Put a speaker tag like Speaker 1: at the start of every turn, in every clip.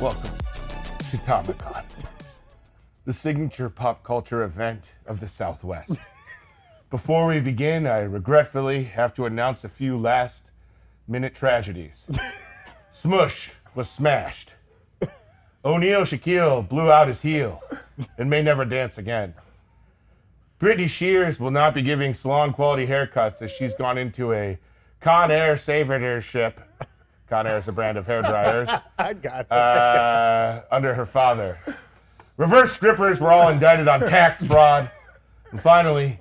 Speaker 1: Welcome to Comic Con, the signature pop culture event of the Southwest. Before we begin, I regretfully have to announce a few last minute tragedies. Smush was smashed. O'Neal Shaquille blew out his heel and may never dance again. Brittany Shears will not be giving salon quality haircuts as she's gone into a Con Air savership. Con Air is a brand of hair dryers
Speaker 2: I got it.
Speaker 1: uh, under her father. Reverse strippers were all indicted on tax fraud. And finally,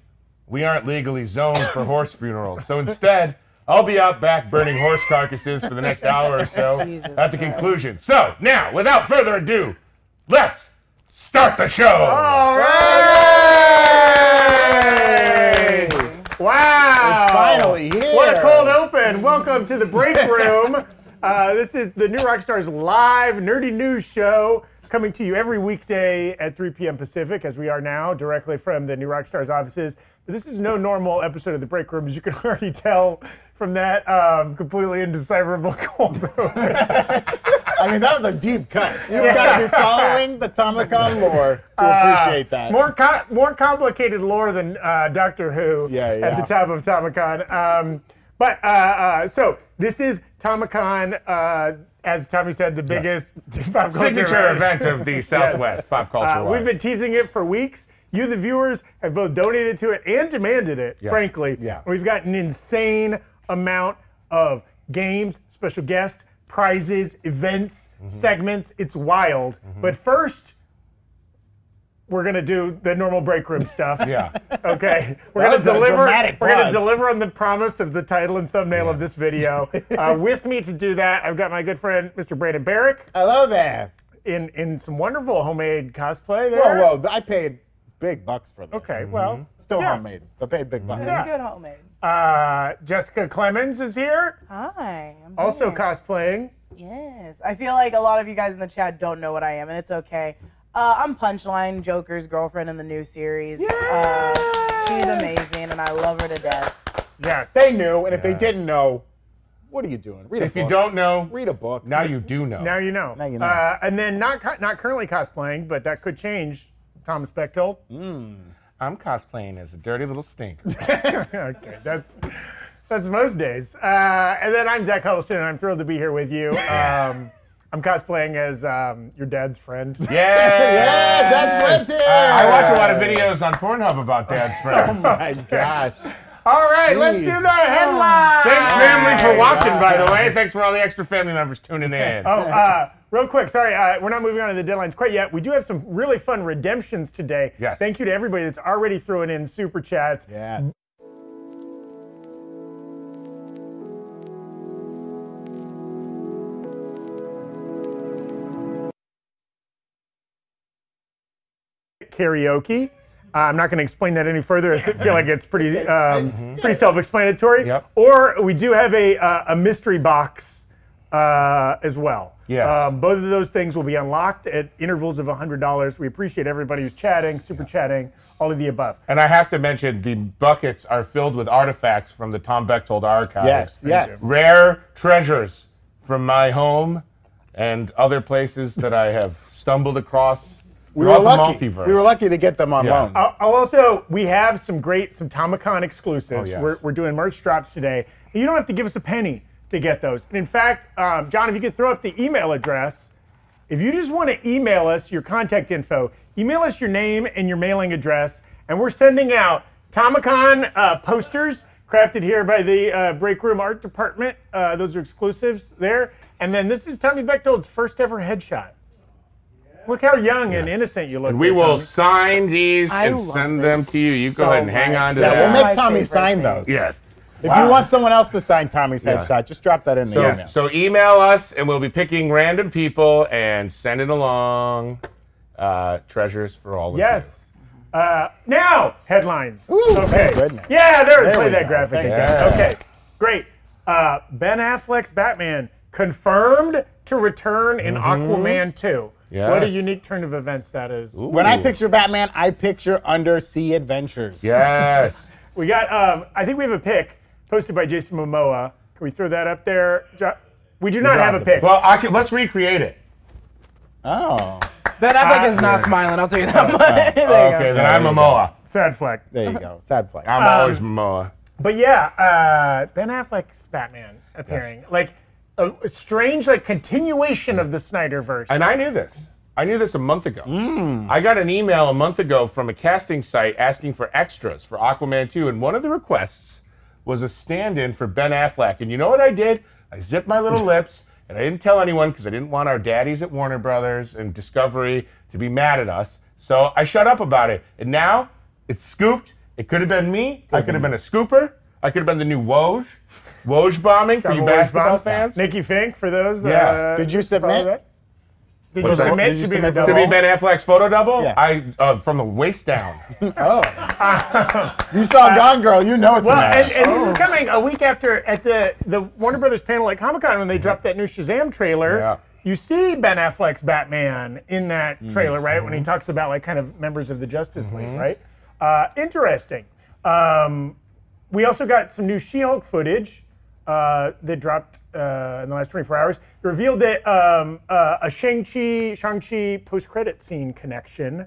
Speaker 1: we aren't legally zoned for horse funerals. So instead, I'll be out back burning horse carcasses for the next hour or so
Speaker 3: Jesus
Speaker 1: at the
Speaker 3: Christ.
Speaker 1: conclusion. So now, without further ado, let's start the show. All
Speaker 2: right.
Speaker 4: Wow!
Speaker 2: It's finally here.
Speaker 4: What a cold open! Welcome to the break room. Uh, this is the New Rockstars live nerdy news show coming to you every weekday at 3 p.m. Pacific, as we are now directly from the New Rockstars offices. But this is no normal episode of the break room, as you can already tell from that um, completely indecipherable cold open.
Speaker 2: I mean, that was a deep cut. You've got to be following the Tomicon lore to
Speaker 4: Ah,
Speaker 2: appreciate that.
Speaker 4: More co- more complicated lore than uh, Doctor Who
Speaker 2: Yeah,
Speaker 4: at
Speaker 2: yeah.
Speaker 4: the top of Tomicon. Um, but uh, uh, so this is Tomicon, uh, as Tommy said, the biggest pop culture
Speaker 1: Signature event of the Southwest pop culture.
Speaker 4: Uh, we've been teasing it for weeks. You, the viewers, have both donated to it and demanded it, frankly.
Speaker 2: Yeah.
Speaker 4: We've got an insane amount of games, special guests, prizes, events,
Speaker 2: Mm-hmm.
Speaker 4: segments. It's wild. But first, we're gonna do the normal break room stuff.
Speaker 1: yeah.
Speaker 4: Okay. We're
Speaker 2: That
Speaker 4: gonna
Speaker 2: was a
Speaker 4: deliver.
Speaker 2: dramatic
Speaker 4: We're gonna
Speaker 2: pause.
Speaker 4: deliver on the promise of the title and thumbnail of this video. uh, with me to do that, I've got my good friend Mr. Brandon Barrick
Speaker 2: Hello there.
Speaker 4: in in some wonderful homemade cosplay there.
Speaker 2: Whoa, whoa. I paid big bucks for this. Mm-hmm.
Speaker 4: Okay,
Speaker 1: Mm-hmm.
Speaker 4: well,
Speaker 2: Still
Speaker 4: yeah.
Speaker 2: homemade, but paid big bucks.
Speaker 3: It's good homemade.
Speaker 4: uh, Jessica Clemens is here,
Speaker 3: Hi. I'm
Speaker 4: also
Speaker 2: Oh.
Speaker 3: here.
Speaker 4: cosplaying.
Speaker 3: Yes. I feel like a lot of you guys in the chat don't know what I am, and it's okay. Uh, I'm Punchline, Joker's girlfriend in the new series. Uh, she's amazing, and I love her to death.
Speaker 4: Yes.
Speaker 2: They knew, and if they
Speaker 1: Yeah.
Speaker 2: didn't know, what are you doing? Read a
Speaker 1: If
Speaker 2: book.
Speaker 1: you don't know,
Speaker 2: read a book.
Speaker 1: now you do know.
Speaker 4: now you know.
Speaker 2: Now you know.
Speaker 4: Uh, and then not co- not currently cosplaying, but that could change. Tom Spechtold.
Speaker 1: I'm cosplaying as a dirty little stink.
Speaker 2: Mm.
Speaker 4: okay, that's that's most days. Uh, and then I'm Zach Huddleston, and I'm thrilled to be here with you. Um, I'm cosplaying as um, your dad's friend.
Speaker 1: Yeah.
Speaker 2: Yeah, Dad's friends here.
Speaker 1: I watch a lot of videos on Pornhub about dad's friends.
Speaker 2: Oh my gosh.
Speaker 4: All right, let's do
Speaker 2: Jeez.
Speaker 4: the headline.
Speaker 1: Thanks, family, for watching,
Speaker 2: Wow.
Speaker 1: by the way. Thanks for all the extra family members tuning in.
Speaker 4: Oh, uh, real quick, sorry, uh, we're not moving on to the deadlines quite yet. We do have some really fun redemptions today.
Speaker 1: Yes.
Speaker 4: Thank you to everybody that's already throwing in super chats.
Speaker 2: Yes.
Speaker 4: Karaoke. Uh, I'm not going to explain that any further. I feel like it's pretty um, pretty self-explanatory.
Speaker 1: Yep.
Speaker 4: Or we do have a uh, a mystery box uh, as well.
Speaker 1: Yes.
Speaker 4: Um, both of those things will be unlocked at intervals of $100. We appreciate everybody who's chatting, super chatting, all of the above.
Speaker 1: And I have to mention, the buckets are filled with artifacts from the Tom Bechtold archives.
Speaker 2: Yes. Yes.
Speaker 1: Rare treasures from my home and other places that I have stumbled across
Speaker 2: We were
Speaker 1: throughout
Speaker 2: lucky.
Speaker 1: the multiverse.
Speaker 2: We were lucky to get them on
Speaker 1: Yeah.
Speaker 2: loan.
Speaker 4: I'll, I'll also, we have some great, some Tomicon exclusives.
Speaker 1: Oh, yes.
Speaker 4: we're, we're doing merch drops today. And you don't have to give us a penny to get those. And in fact, um, John, if you could throw up the email address, if you just want to email us your contact info, email us your name and your mailing address, and we're sending out Tomicon uh, posters crafted here by the uh, Break Room Art Department. Uh, those are exclusives there. And then this is Tommy Bechtold's first ever headshot. Look how young and innocent you look.
Speaker 1: We
Speaker 4: there,
Speaker 1: will
Speaker 4: Tommy.
Speaker 1: sign these
Speaker 3: I
Speaker 1: and
Speaker 3: love
Speaker 1: send
Speaker 3: this
Speaker 1: them to you. You go
Speaker 3: so
Speaker 1: ahead and hang
Speaker 3: much.
Speaker 1: on to
Speaker 3: Yeah,
Speaker 2: yeah,
Speaker 1: that.
Speaker 2: we'll make
Speaker 3: my
Speaker 2: Tommy
Speaker 3: favorite
Speaker 2: sign
Speaker 3: thing.
Speaker 2: those.
Speaker 1: yes.
Speaker 2: If you want someone else to sign Tommy's
Speaker 1: Yeah.
Speaker 2: headshot, just drop that in the
Speaker 1: So,
Speaker 2: email.
Speaker 1: so email us, and we'll be picking random people and sending along uh, treasures for all of
Speaker 4: Yes. Uh, now headlines. okay.
Speaker 2: thank goodness.
Speaker 4: Yeah, there,
Speaker 2: There
Speaker 4: play
Speaker 2: we
Speaker 4: that
Speaker 2: go.
Speaker 4: graphic.
Speaker 2: Thank
Speaker 4: again.
Speaker 1: goodness.
Speaker 4: Okay, great. Uh, ben Affleck's Batman confirmed to return in Aquaman 2. What a
Speaker 1: Yes.
Speaker 4: unique turn of events that is.
Speaker 1: you.
Speaker 2: when I
Speaker 1: Ooh.
Speaker 2: picture Batman, I picture undersea adventures.
Speaker 1: Yes.
Speaker 4: We got. Um, I think we have a pick posted by Jason Momoa. Can we throw that up there? Jo- We do not
Speaker 2: don't
Speaker 4: have a
Speaker 2: have the
Speaker 4: pick.
Speaker 1: Well, I can, let's recreate it.
Speaker 2: Oh,
Speaker 3: That Affleck is not smiling. I'll tell you that much. There you
Speaker 1: Ah. Oh, Okay,
Speaker 3: go.
Speaker 1: then I'm
Speaker 2: There you
Speaker 1: Momoa.
Speaker 4: Sad flag.
Speaker 2: there you go. Sad flag.
Speaker 1: I'm
Speaker 4: Um,
Speaker 1: always Momoa.
Speaker 4: But yeah, uh, Ben Affleck's Batman appearing like a, a strange like continuation of the Snyderverse.
Speaker 1: And I knew this. I knew this a month ago. I got an email a month ago from a casting site asking for extras for Aquaman 2, and one of the requests was a stand in for Ben Affleck. And you know what I did? I zipped my little lips, and I didn't tell anyone because I didn't want our daddies at Warner Brothers and Discovery to be mad at us. So I shut up about it. And now it's scooped. It could have been me. I could have been a scooper. I could have been the new Woj. Woj bombing for you
Speaker 4: Double W's
Speaker 1: basketball
Speaker 4: bombs.
Speaker 1: fans.
Speaker 4: Nikki Fink for those.
Speaker 1: Yeah.
Speaker 4: Uh,
Speaker 2: Did you
Speaker 4: follow
Speaker 2: submit?
Speaker 4: that? Did you
Speaker 1: What's that?
Speaker 4: submit
Speaker 2: Did you
Speaker 4: to be the
Speaker 2: submit
Speaker 1: To
Speaker 4: double?
Speaker 1: be Ben Affleck's photo double,
Speaker 2: Yeah.
Speaker 1: I uh, from the waist down.
Speaker 2: Oh, you saw Gone Girl. You know it's a
Speaker 4: Uh, Well,
Speaker 2: match.
Speaker 4: and, and this is coming a week after at the the Warner Brothers panel at Comic Con when
Speaker 2: Mm-hmm.
Speaker 4: they dropped that new Shazam trailer.
Speaker 1: Yeah.
Speaker 4: You see Ben Affleck's Batman in that
Speaker 2: Mm-hmm.
Speaker 4: trailer, right? When he talks about like kind of members of the Justice League, right? Uh, interesting. Um, we also got some new She-Hulk footage uh, that dropped uh, in the last 24 hours. It revealed that um, uh, a Shang-Chi Shang-Chi post-credit scene connection.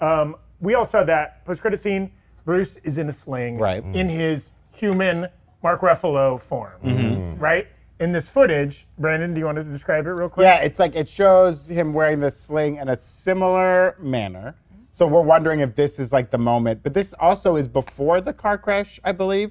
Speaker 4: Um, we all saw that post-credit scene. Bruce is in a sling
Speaker 2: Right.
Speaker 4: in his human Mark Ruffalo form,
Speaker 2: Mm-hmm.
Speaker 4: right? In this footage, Brandon, do you want to describe it real quick?
Speaker 2: Yeah, it's like it shows him wearing this sling in a similar manner. So we're wondering if this is like the moment, but this also is before the car crash, I believe,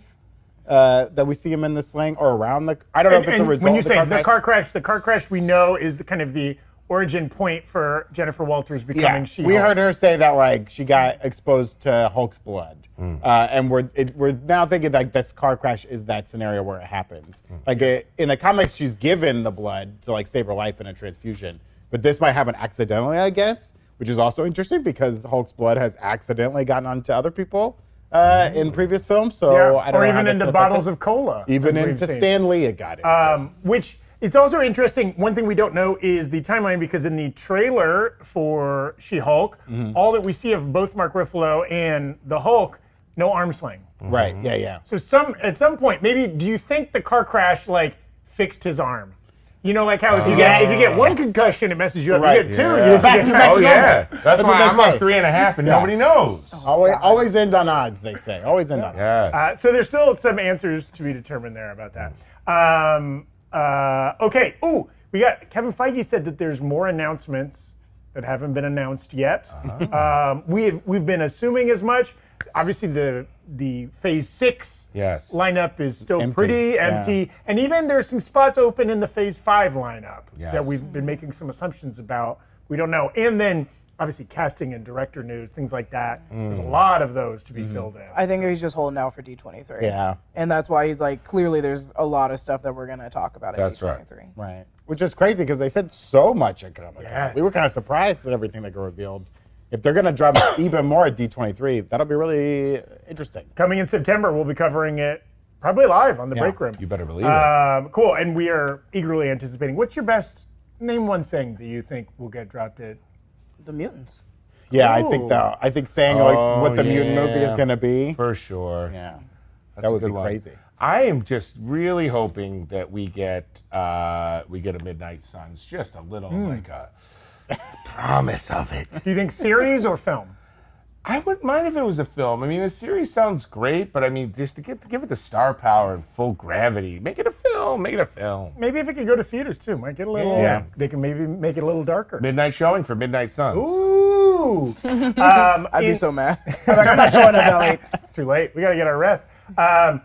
Speaker 2: uh, that we see him in the sling or around the. I don't know
Speaker 4: And,
Speaker 2: if it's a
Speaker 4: and
Speaker 2: result.
Speaker 4: when you
Speaker 2: of
Speaker 4: say the
Speaker 2: crash.
Speaker 4: car crash, the car crash we know is the kind of the origin point for Jennifer Walters becoming
Speaker 2: yeah,
Speaker 4: she.
Speaker 2: we heard her say that like she got exposed to Hulk's blood, uh, and we're it, we're now thinking like this car crash is that scenario where it happens. Like it, in the comics, she's given the blood to like save her life in a transfusion, but this might happen accidentally, I guess, which is also interesting because Hulk's blood has accidentally gotten onto other people uh, in previous films. So I don't
Speaker 4: or
Speaker 2: know how
Speaker 4: even
Speaker 2: that's
Speaker 4: into
Speaker 2: gonna
Speaker 4: bottles
Speaker 2: affect
Speaker 4: of cola.
Speaker 2: it. even
Speaker 4: as we've
Speaker 2: into
Speaker 4: seen.
Speaker 2: Stan Lee, it got into.
Speaker 4: Um, which it's also interesting. One thing we don't know is the timeline because in the trailer for She-Hulk,
Speaker 2: Mm-hmm.
Speaker 4: all that we see of both Mark Ruffalo and the Hulk, no arm sling.
Speaker 2: right? Yeah, yeah.
Speaker 4: So some at some point, maybe do you think the car crash like fixed his arm? You know, like how if you get if you get one concussion, it messes you up.
Speaker 2: Right.
Speaker 4: You get two,
Speaker 1: Oh. Yeah.
Speaker 4: you're back
Speaker 2: Back
Speaker 1: oh
Speaker 4: to back.
Speaker 2: to normal.
Speaker 1: yeah, that's,
Speaker 2: That's
Speaker 1: why
Speaker 2: what they
Speaker 1: I'm on
Speaker 2: say.
Speaker 1: three and a half, and nobody knows.
Speaker 2: Always, always end on odds, they say. Always end on. odds.
Speaker 1: Yes.
Speaker 4: Oh. Uh, so there's still some answers to be determined there about that. Um, uh, okay. Ooh, we got Kevin Feige said that there's more announcements that haven't been announced yet.
Speaker 1: Uh-huh.
Speaker 4: Um, we've we've been assuming as much. Obviously, the the Phase Six
Speaker 1: Yes.
Speaker 4: lineup is still
Speaker 2: Empty,
Speaker 4: pretty
Speaker 2: yeah.
Speaker 4: empty. And even there's some spots open in the phase five lineup
Speaker 1: Yes.
Speaker 4: that we've been making some assumptions about. We don't know. And then obviously casting and director news, things like that. There's a lot of those to be filled in.
Speaker 3: I think he's just holding out for D23.
Speaker 2: Yeah.
Speaker 3: And that's why he's like, clearly there's a lot of stuff that we're going to talk about at
Speaker 1: That's
Speaker 3: D23.
Speaker 1: right.
Speaker 2: Right. Which is crazy because they said so much at Comic Con.
Speaker 4: Yes.
Speaker 2: We were kind of surprised at everything that got revealed. If they're going to drop even more at D23, that'll be really interesting.
Speaker 4: Coming in September, we'll be covering it probably live on the
Speaker 2: Yeah,
Speaker 4: break room.
Speaker 1: You better believe it.
Speaker 4: Um, cool. And we are eagerly anticipating. What's your best? Name one thing that you think will get dropped at.
Speaker 3: The mutants.
Speaker 2: Yeah, I think
Speaker 4: Ooh.
Speaker 2: the I think saying
Speaker 1: Oh,
Speaker 2: like what the mutant movie is
Speaker 1: yeah.
Speaker 2: going to be.
Speaker 1: For sure.
Speaker 2: yeah.
Speaker 1: That's
Speaker 2: that
Speaker 1: a
Speaker 2: would be
Speaker 1: good one.
Speaker 2: crazy.
Speaker 1: I am just really hoping that we get uh, we get a Midnight Suns, just a little
Speaker 4: Hmm.
Speaker 1: like a promise of it.
Speaker 4: Do you think series or film?
Speaker 1: I wouldn't mind if it was a film. I mean, the series sounds great, but I mean, just to get to give it the star power and full gravity, make it a film. Make it a film.
Speaker 4: Maybe if it could go to theaters too, might get a little.
Speaker 1: Yeah.
Speaker 4: They can maybe make it a little darker.
Speaker 1: Midnight showing for Midnight Suns.
Speaker 4: Ooh. um,
Speaker 3: I'd
Speaker 4: in-
Speaker 3: be so mad. I'm like, I'm not showing up that late.
Speaker 4: It's too late. We got to get our rest. Um,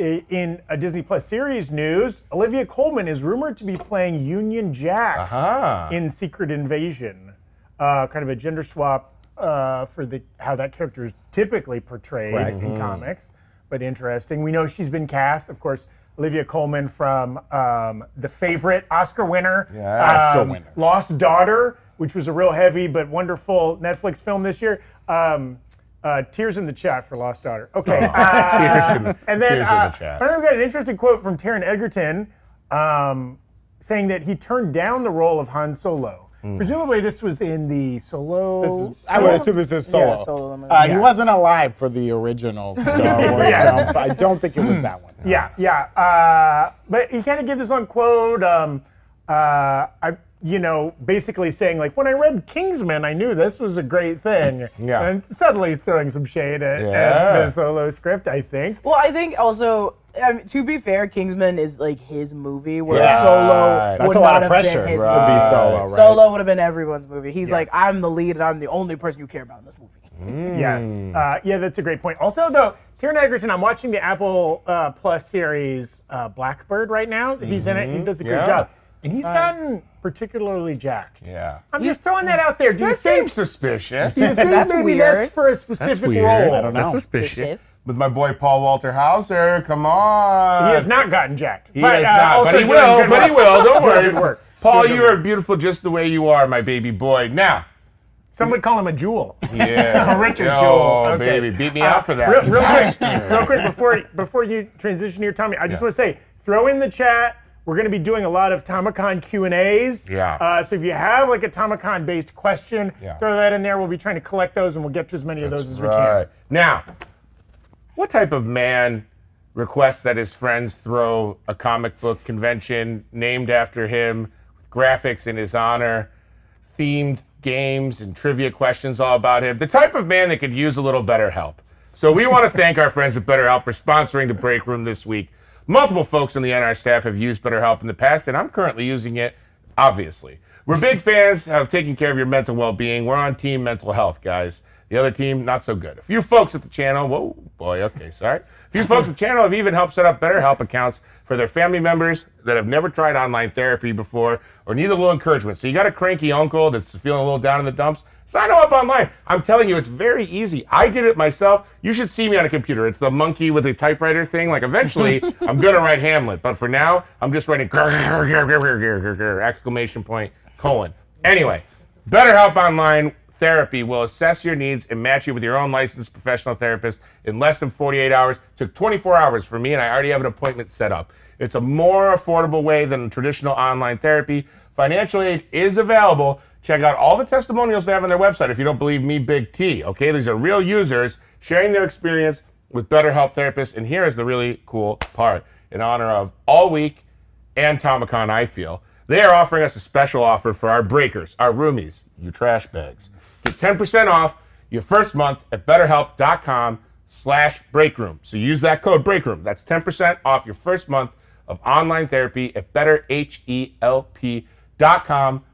Speaker 4: i- in a Disney Plus series news, Olivia Colman is rumored to be playing Union Jack
Speaker 1: Huh.
Speaker 2: Uh-huh.
Speaker 4: in Secret Invasion, uh, kind of a gender swap uh, for the how that character is typically portrayed
Speaker 2: Correct.
Speaker 4: in comics. But interesting. We know she's been cast, of course. Olivia Colman from um, The Favorite, Oscar winner,
Speaker 1: Yeah.
Speaker 2: Oscar
Speaker 4: um,
Speaker 2: winner.
Speaker 4: Lost Daughter, which was a real heavy but wonderful Netflix film this year. Um, uh, tears in the chat for Lost Daughter. Okay. uh,
Speaker 1: Tears in-
Speaker 4: and then,
Speaker 1: tears in
Speaker 4: uh,
Speaker 1: the chat.
Speaker 4: and then we got an interesting quote from Taron Egerton um, saying that he turned down the role of Han Solo.
Speaker 1: Hmm.
Speaker 4: Presumably, this was in the Solo.
Speaker 2: This is, I would assume this is solo.
Speaker 3: solo movie.
Speaker 2: Uh, He
Speaker 4: Yeah.
Speaker 2: wasn't alive for the original Star Wars
Speaker 4: Yeah.
Speaker 2: film, so I don't think it was that one.
Speaker 4: Yeah, yeah. Uh, but he kind of gave this on quote. Um, uh, I, you know, basically saying like, when I read Kingsman, I knew this was a great thing.
Speaker 1: Yeah.
Speaker 4: And suddenly throwing some shade at,
Speaker 1: Yeah.
Speaker 4: at the solo script, I think.
Speaker 3: Well, I think also, I mean, to be fair, Kingsman is like his movie, where
Speaker 1: Yeah.
Speaker 3: Solo
Speaker 1: That's
Speaker 2: That's
Speaker 3: would
Speaker 2: a lot
Speaker 3: not
Speaker 2: of
Speaker 3: have
Speaker 2: pressure
Speaker 3: been
Speaker 2: to be
Speaker 3: his
Speaker 1: right.
Speaker 3: movie.
Speaker 2: solo, right?
Speaker 3: Solo would have been everyone's movie. He's like, I'm the lead, and I'm the only person you care about in this movie.
Speaker 4: Yes.
Speaker 1: Hmm.
Speaker 4: Uh, yeah, that's a great point. Also, though, Taron Egerton, I'm watching the Apple uh, Plus series uh, Blackbird right now. He's in it. He does a great
Speaker 1: Mm-hmm. Yeah. Uh,
Speaker 4: job, and he's gotten particularly jacked.
Speaker 1: Yeah.
Speaker 4: I'm just throwing that out there. Do you
Speaker 1: That
Speaker 4: think?
Speaker 1: seems suspicious.
Speaker 4: Do you think
Speaker 3: That's
Speaker 4: maybe
Speaker 3: weird.
Speaker 4: that's for a specific role?
Speaker 2: I don't know.
Speaker 1: That's suspicious.
Speaker 3: Suspicious.
Speaker 1: With my boy Paul Walter Hauser, come on.
Speaker 4: He has not gotten jacked. uh,
Speaker 1: He has not, but he will. But he will. Don't worry. Paul, you are beautiful just the way you are, my baby boy. Now.
Speaker 4: Some would call him a jewel.
Speaker 1: Yeah.
Speaker 4: Richard
Speaker 1: oh,
Speaker 4: Jewell. Okay.
Speaker 1: baby, beat me
Speaker 4: Uh,
Speaker 1: out for that.
Speaker 4: Real, real quick,
Speaker 1: Disaster.
Speaker 4: real quick before before you transition to your Tommy, I just
Speaker 1: Yeah.
Speaker 4: want to say, throw in the chat. We're going to be doing a lot of Tomicon Q and A's.
Speaker 1: Yeah.
Speaker 4: Uh, so if you have like a Tomicon based question,
Speaker 1: Yeah.
Speaker 4: throw that in there. We'll be trying to collect those, and we'll get to as many of those as we
Speaker 1: Right.
Speaker 4: can.
Speaker 1: Now, what type of man requests that his friends throw a comic book convention named after him with graphics in his honor, themed games and trivia questions all about him? The type of man that could use a little better help. So we want to thank our friends at BetterHelp for sponsoring the break room this week. Multiple folks on the NR staff have used BetterHelp in the past, and I'm currently using it, obviously. We're big fans of taking care of your mental well being. We're on team mental health, guys. The other team, not so good. A few folks at the channel, whoa, boy, okay, sorry. A few folks at the channel have even helped set up BetterHelp accounts for their family members that have never tried online therapy before or need a little encouragement. So you got a cranky uncle that's feeling a little down in the dumps, sign him up online. I'm telling you, it's very easy. I did it myself. You should see me on a computer. It's the monkey with a typewriter thing. Like eventually, I'm gonna write Hamlet, but for now, I'm just writing grr, grr, grr, grr, grr, grr, grr, grr, exclamation point colon. Anyway, BetterHelp Online Therapy will assess your needs and match you with your own licensed professional therapist in less than 48 hours. took 24 hours for me, and I already have an appointment set up. It's a more affordable way than traditional online therapy. Financial aid is available. Check out all the testimonials they have on their website if you don't believe me, Big T. Okay, these are real users sharing their experience with BetterHelp therapists. And here is the really cool part in honor of All Week and Tomicon, I feel. They are offering us a special offer for our breakers, our roomies, you trash bags. Get 10% off your first month at betterhelp.com slash breakroom. So use that code breakroom. That's 10% off your first month of online therapy at betterhelp.com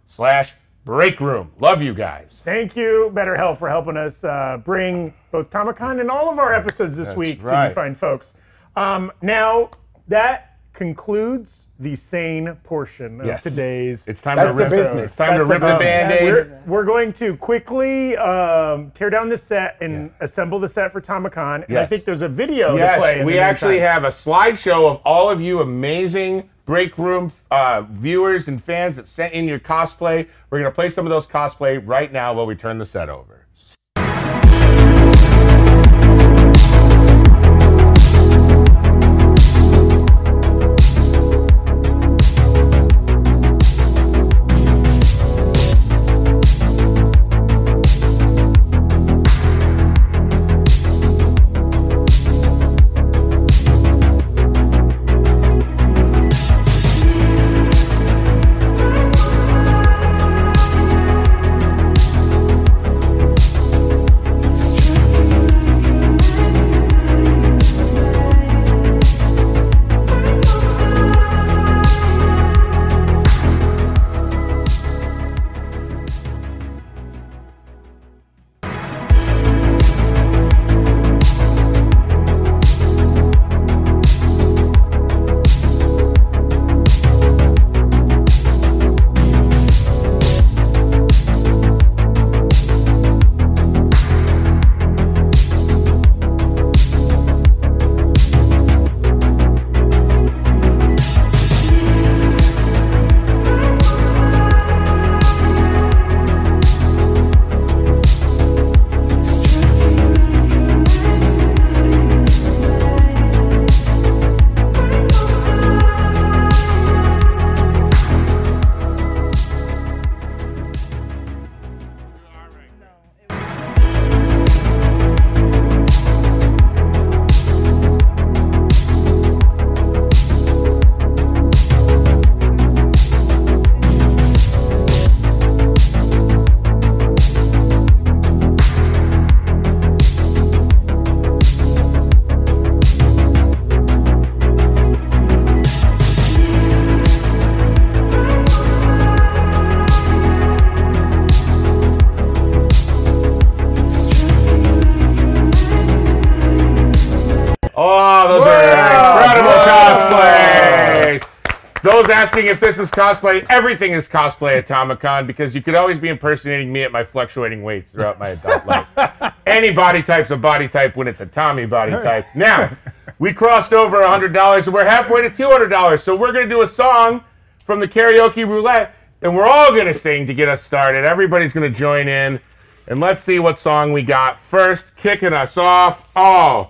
Speaker 1: slash breakroom. Love you guys.
Speaker 4: Thank you, BetterHelp, for helping us uh, bring both Tomicon and all of our episodes this week to
Speaker 1: right.
Speaker 4: you fine folks. Um, now that concludes the sane portion of
Speaker 1: Yes.
Speaker 4: today's
Speaker 1: It's time
Speaker 2: That's
Speaker 1: to
Speaker 2: the
Speaker 1: rip
Speaker 2: business.
Speaker 1: It's time to
Speaker 2: That's the
Speaker 1: rip the,
Speaker 2: business.
Speaker 1: band-aid.
Speaker 3: That's
Speaker 4: Um, We're, we're going to quickly um, tear down the set and assemble the set for Tomicon. And I
Speaker 1: Yes.
Speaker 4: think there's a video to play. in
Speaker 1: Yes,
Speaker 4: the
Speaker 1: we actually
Speaker 4: meantime.
Speaker 1: have a slideshow of all of you amazing break room uh, viewers and fans that sent in your cosplay. We're gonna play some of those cosplay right now while we turn the set over. Oh, Michael's asking if this is cosplay. Everything is cosplay at Comic Con because you could always be impersonating me at my fluctuating weights throughout my adult life. Any body type's a body type when it's a Tommy body type. Now, we crossed over $100 and we're halfway to $200. So we're going to do a song from the karaoke roulette and we're all going to sing to get us started. Everybody's going to join in. And let's see what song we got first, kicking us off. Oh,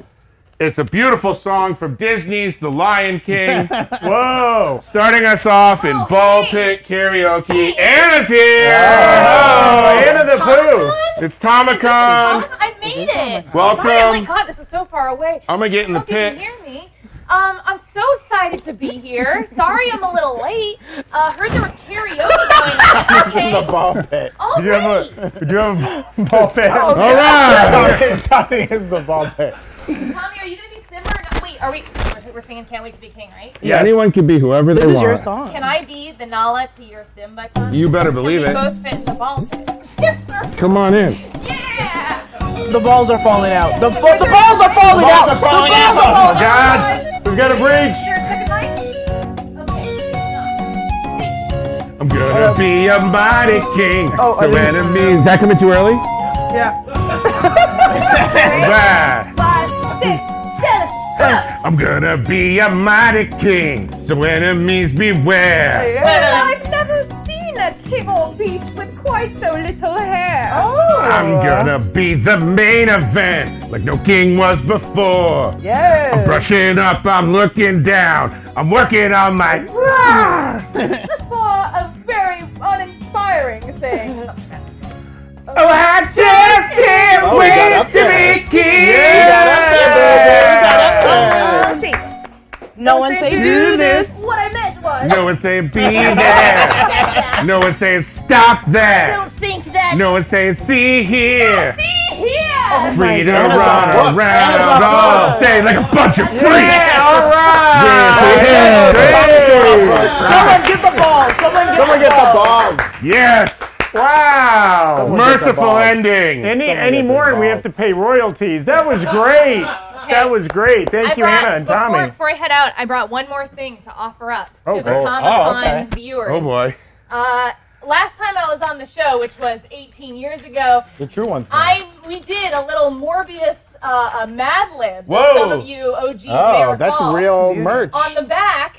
Speaker 1: it's a beautiful song from Disney's The Lion King.
Speaker 4: Whoa.
Speaker 1: Starting us off in
Speaker 5: Oh,
Speaker 1: ball
Speaker 5: hey.
Speaker 1: pit karaoke. Anna's here!
Speaker 4: Oh,
Speaker 1: Oh,
Speaker 4: Anna the Pooh.
Speaker 5: Pooh.
Speaker 1: It's Comic Con.
Speaker 5: I made it.
Speaker 1: Welcome.
Speaker 5: Sorry, oh my god, this is so far away.
Speaker 1: I'm gonna get in the
Speaker 5: Hope you can
Speaker 1: pit.
Speaker 5: hear me. Um, I'm so excited to be here. Sorry, I'm a little late. Uh, heard there was karaoke going on.
Speaker 2: in the
Speaker 5: Okay.
Speaker 2: ball pit.
Speaker 5: All
Speaker 4: Do you
Speaker 5: right.
Speaker 4: have a, do you have a ball pit?
Speaker 1: All right!
Speaker 2: Tommy, Tommy is the ball pit.
Speaker 5: Tommy, are you gonna be Simba? Or not? Wait, are we? We're, we're singing "Can't Wait to Be King," right?
Speaker 4: Yes.
Speaker 6: Anyone can be whoever
Speaker 3: This
Speaker 6: they
Speaker 3: is
Speaker 6: want.
Speaker 3: your song.
Speaker 5: Can I be the Nala to your Simba? Tommy?
Speaker 1: You better
Speaker 5: we
Speaker 1: believe it.
Speaker 5: both fit in the ball pit.
Speaker 6: Come on in.
Speaker 5: yeah.
Speaker 3: The balls are falling out. The, fo- the balls are falling out. The balls are falling out.
Speaker 4: God, we've got a breach.
Speaker 5: Oh, Here, cut the mic. Okay.
Speaker 1: I'm gonna be a mighty king.
Speaker 3: Oh, I
Speaker 1: so
Speaker 3: didn't-
Speaker 1: enemies
Speaker 6: Is that coming too early?
Speaker 3: Yeah.
Speaker 1: back.
Speaker 5: Five, six, seven.
Speaker 1: I'm gonna be a mighty king. So enemies beware.
Speaker 5: I've never seen a kibble beast with quite so little hair.
Speaker 1: I'm gonna be the main event, like no king was before. I'm
Speaker 3: Yeah.
Speaker 1: brushing up, I'm looking down, I'm working on my.
Speaker 5: For a very uninspiring thing.
Speaker 1: Oh, I just can't
Speaker 2: Oh, we got
Speaker 1: wait
Speaker 2: up
Speaker 1: to
Speaker 2: there.
Speaker 1: be king.
Speaker 2: We got up there, baby. We got up there.
Speaker 5: Let's Oh, see.
Speaker 3: No one say do this.
Speaker 5: What I meant was.
Speaker 1: No one's saying be there.
Speaker 5: that.
Speaker 1: No one's saying stop there.
Speaker 5: Don't think that.
Speaker 1: No one's saying see here.
Speaker 5: See here.
Speaker 1: Free to
Speaker 2: Anna's
Speaker 1: run
Speaker 2: on book. Anna's
Speaker 1: around
Speaker 2: on
Speaker 1: all
Speaker 2: book.
Speaker 1: day like a bunch of freaks.
Speaker 4: all right.
Speaker 3: Someone
Speaker 1: Yeah,
Speaker 2: Someone
Speaker 3: get the ball. Someone get the
Speaker 2: get
Speaker 3: ball.
Speaker 2: the balls.
Speaker 1: Yes.
Speaker 4: Wow.
Speaker 2: Someone get the
Speaker 1: Merciful
Speaker 2: balls.
Speaker 1: ending.
Speaker 4: Any
Speaker 2: Someone
Speaker 4: any
Speaker 2: get
Speaker 4: more,
Speaker 2: their
Speaker 4: and we have to
Speaker 2: balls.
Speaker 4: pay royalties. That was great. That was great. Thank
Speaker 5: I
Speaker 4: you,
Speaker 5: brought,
Speaker 4: Hannah and
Speaker 5: before,
Speaker 4: Tommy.
Speaker 5: Before I head out, I brought one more thing to offer up to the
Speaker 1: oh,
Speaker 5: Comic
Speaker 2: oh,
Speaker 5: Con
Speaker 2: okay.
Speaker 5: viewers.
Speaker 1: Oh boy.
Speaker 5: Uh, last time I was on the show, which was 18 years ago,
Speaker 2: The true ones.
Speaker 5: I we did a little Morbius uh, uh, Mad Libs.
Speaker 1: Whoa.
Speaker 5: Some of you OGs may
Speaker 2: Oh,
Speaker 5: recall.
Speaker 2: that's real merch.
Speaker 5: On the back,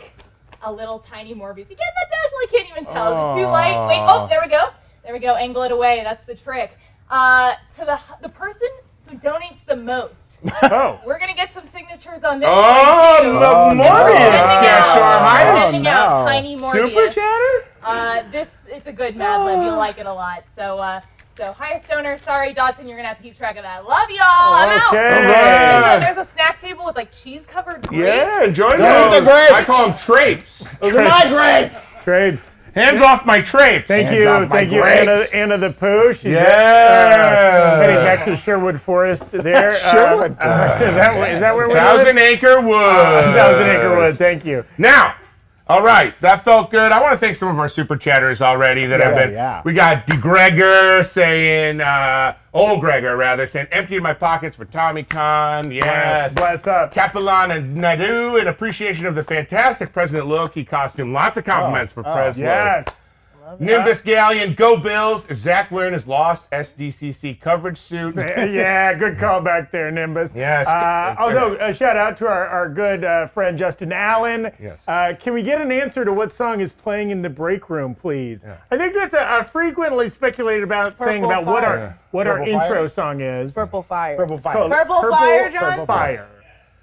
Speaker 5: a little tiny Morbius. Again, that dazzle I can't even tell. Is it too
Speaker 1: Oh.
Speaker 5: light? Wait. Oh, there we go. There we go. Angle it away. That's the trick. Uh, to the the person who donates the most.
Speaker 4: Oh.
Speaker 5: We're gonna get some signatures on this
Speaker 1: Oh,
Speaker 5: one too.
Speaker 1: the
Speaker 2: no.
Speaker 1: Morbius
Speaker 5: Sending
Speaker 1: sketch or
Speaker 5: out,
Speaker 1: my
Speaker 2: Oh,
Speaker 5: sending out
Speaker 2: no.
Speaker 5: tiny Morbius.
Speaker 1: super chatter?
Speaker 5: Uh, this it's a good Mad Lib. You'll like it a lot. So uh, so highest donor. Sorry, Dodson, you're gonna have to keep track of that. Love y'all. I'm out.
Speaker 4: Okay.
Speaker 1: All right.
Speaker 5: There's a- There's a snack table with like cheese covered grapes.
Speaker 1: Yeah, enjoy
Speaker 2: Don't eat
Speaker 1: those.
Speaker 2: the grapes.
Speaker 1: I call them trapes.
Speaker 2: Those are my grapes.
Speaker 4: Trades.
Speaker 1: Hands off my trapes.
Speaker 4: Thank
Speaker 2: Hands
Speaker 4: you,
Speaker 2: off my
Speaker 4: thank you, Anna,
Speaker 2: grapes.
Speaker 4: Anna the Pooh. She's
Speaker 1: Yeah.
Speaker 4: uh, heading back to Sherwood Forest. There, Uh,
Speaker 2: Sherwood Forest.
Speaker 4: is that where- is that where we're
Speaker 1: Thousand Acre Wood.
Speaker 4: Thousand Acre Wood. Thank you.
Speaker 1: Now, all right, that felt good. I want to thank some of our super chatters already that have
Speaker 2: Yeah,
Speaker 1: been.
Speaker 2: yeah.
Speaker 1: We got DeGregor saying, uh, old Gregor rather, saying, emptying my pockets for Tommy Khan. Yes.
Speaker 4: Bless up.
Speaker 1: Capellan and Nadu, in appreciation of the fantastic President Loki costume. Lots of compliments for President.
Speaker 4: Yes.
Speaker 1: Nimbus Galleon, Go Bills. Is Zach wearing his lost SDCC coverage suit?
Speaker 4: Eh, yeah, good call back there, Nimbus.
Speaker 1: Yes.
Speaker 4: Uh, also, a shout out to our, our good uh, friend Justin Allen.
Speaker 1: Yes.
Speaker 4: Uh, can we get an answer to what song is playing in the break room, please? I think that's a, a frequently speculated about thing
Speaker 3: Purple
Speaker 4: about what our
Speaker 1: Fire.
Speaker 4: what our
Speaker 2: Purple
Speaker 4: intro
Speaker 2: Fire?
Speaker 4: song is.
Speaker 3: Purple fire.
Speaker 2: Purple fire.
Speaker 4: Totally.
Speaker 3: Purple fire, John?
Speaker 4: Purple fire.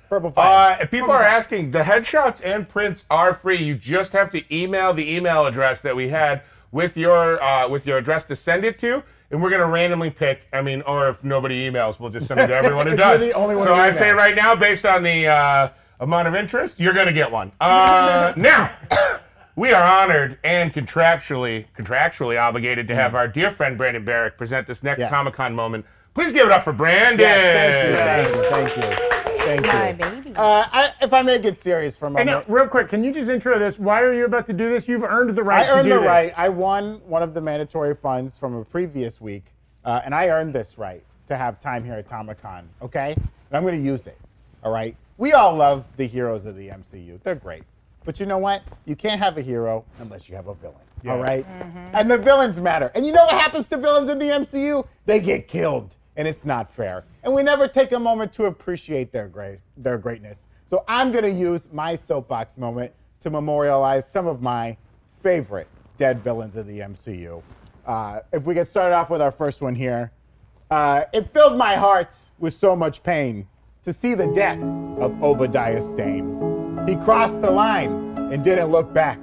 Speaker 2: Purple fire.
Speaker 1: Uh, if people are asking, the headshots and prints are free. You just have to email the email address that we had with your uh, with your address to send it to, and we're gonna randomly pick. I mean, or if nobody emails, we'll just send it to everyone who
Speaker 2: If you're
Speaker 1: does.
Speaker 2: the only one
Speaker 1: so
Speaker 2: who
Speaker 1: I'd say
Speaker 2: emails.
Speaker 1: right now, based on the uh, amount of interest, you're gonna get one. Uh, now. We are honored and contractually contractually obligated to have our dear friend Brandon Barrick present this next
Speaker 2: Mm. Yes.
Speaker 1: Comic Con moment. Please give it up for Brandon.
Speaker 2: yes, thank you, thank you,
Speaker 3: My
Speaker 2: thank you.
Speaker 3: baby.
Speaker 2: Uh, I, if I may get serious for a
Speaker 4: And
Speaker 2: moment,
Speaker 4: now, real quick, can you just intro this? Why are you about to do this? You've earned the right
Speaker 2: I
Speaker 4: to
Speaker 2: earned
Speaker 4: do
Speaker 2: the
Speaker 4: this.
Speaker 2: right. I won one of the mandatory funds from a previous week, uh, and I earned this right to have time here at Tomicon. Okay, and I'm going to use it. All right. We all love the heroes of the MCU. They're great. But you know what? You can't have a hero unless you have a villain. All
Speaker 4: Yeah.
Speaker 2: right? And the villains matter. And you know what happens to villains in the MCU? They get killed, and it's not fair. And we never take a moment to appreciate their great their greatness. So I'm going to use my soapbox moment to memorialize some of my favorite dead villains of the MCU. Uh, if we get started off with our first one here, uh, it filled my heart with so much pain to see the death of Obadiah Stane. He crossed the line and didn't look back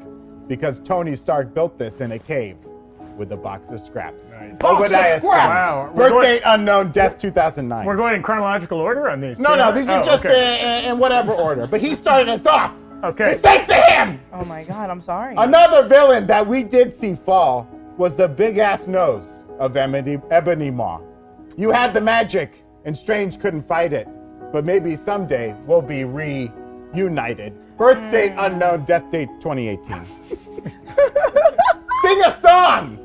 Speaker 2: because Tony Stark built this in a cave with a box of scraps.
Speaker 4: Nice.
Speaker 3: Box of
Speaker 2: Obadiah Stane.
Speaker 3: scraps!
Speaker 4: Wow, we're
Speaker 2: Birth
Speaker 4: going-
Speaker 2: date unknown, death 2009.
Speaker 4: We're going in chronological order on these.
Speaker 2: no,
Speaker 4: too,
Speaker 2: no,
Speaker 4: right?
Speaker 2: these are
Speaker 4: Oh,
Speaker 2: just uh,
Speaker 4: okay.
Speaker 2: in, in whatever order. But he started us off.
Speaker 4: Okay.
Speaker 2: It's thanks to him.
Speaker 3: Oh my God, I'm sorry.
Speaker 2: Another villain that we did see fall was the big ass nose of Ebony, Ebony Maw. You had the magic, and Strange couldn't fight it. But maybe someday we'll be reunited. Birth date unknown, death date 2018. Sing a song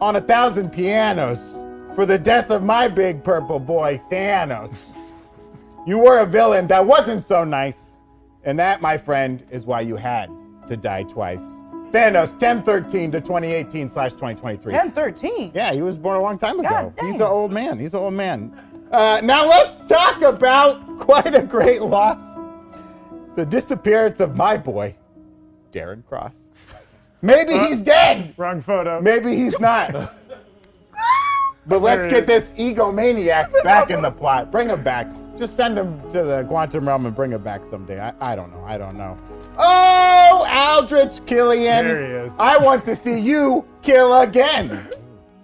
Speaker 2: on a thousand pianos for the death of my big purple boy, Thanos. You were a villain that wasn't so nice. And that, my friend, is why you had to die twice. Thanos, 1013 to 2018 slash 2023.
Speaker 3: 1013.
Speaker 2: Yeah, he was born a long time ago.
Speaker 3: God
Speaker 2: He's
Speaker 3: dang.
Speaker 2: an old man. He's an old man. Uh, now let's talk about quite a great loss the disappearance of my boy, Darren Cross. Maybe
Speaker 3: Uh,
Speaker 2: he's dead.
Speaker 4: Wrong photo.
Speaker 2: Maybe he's not. But let's
Speaker 4: There it
Speaker 2: get this egomaniac back in the plot. Bring him back. Just send him to the quantum realm and bring him back someday. I, I don't know. I don't know. Oh, Aldrich Killian.
Speaker 4: There he is.
Speaker 2: I want to see you kill again.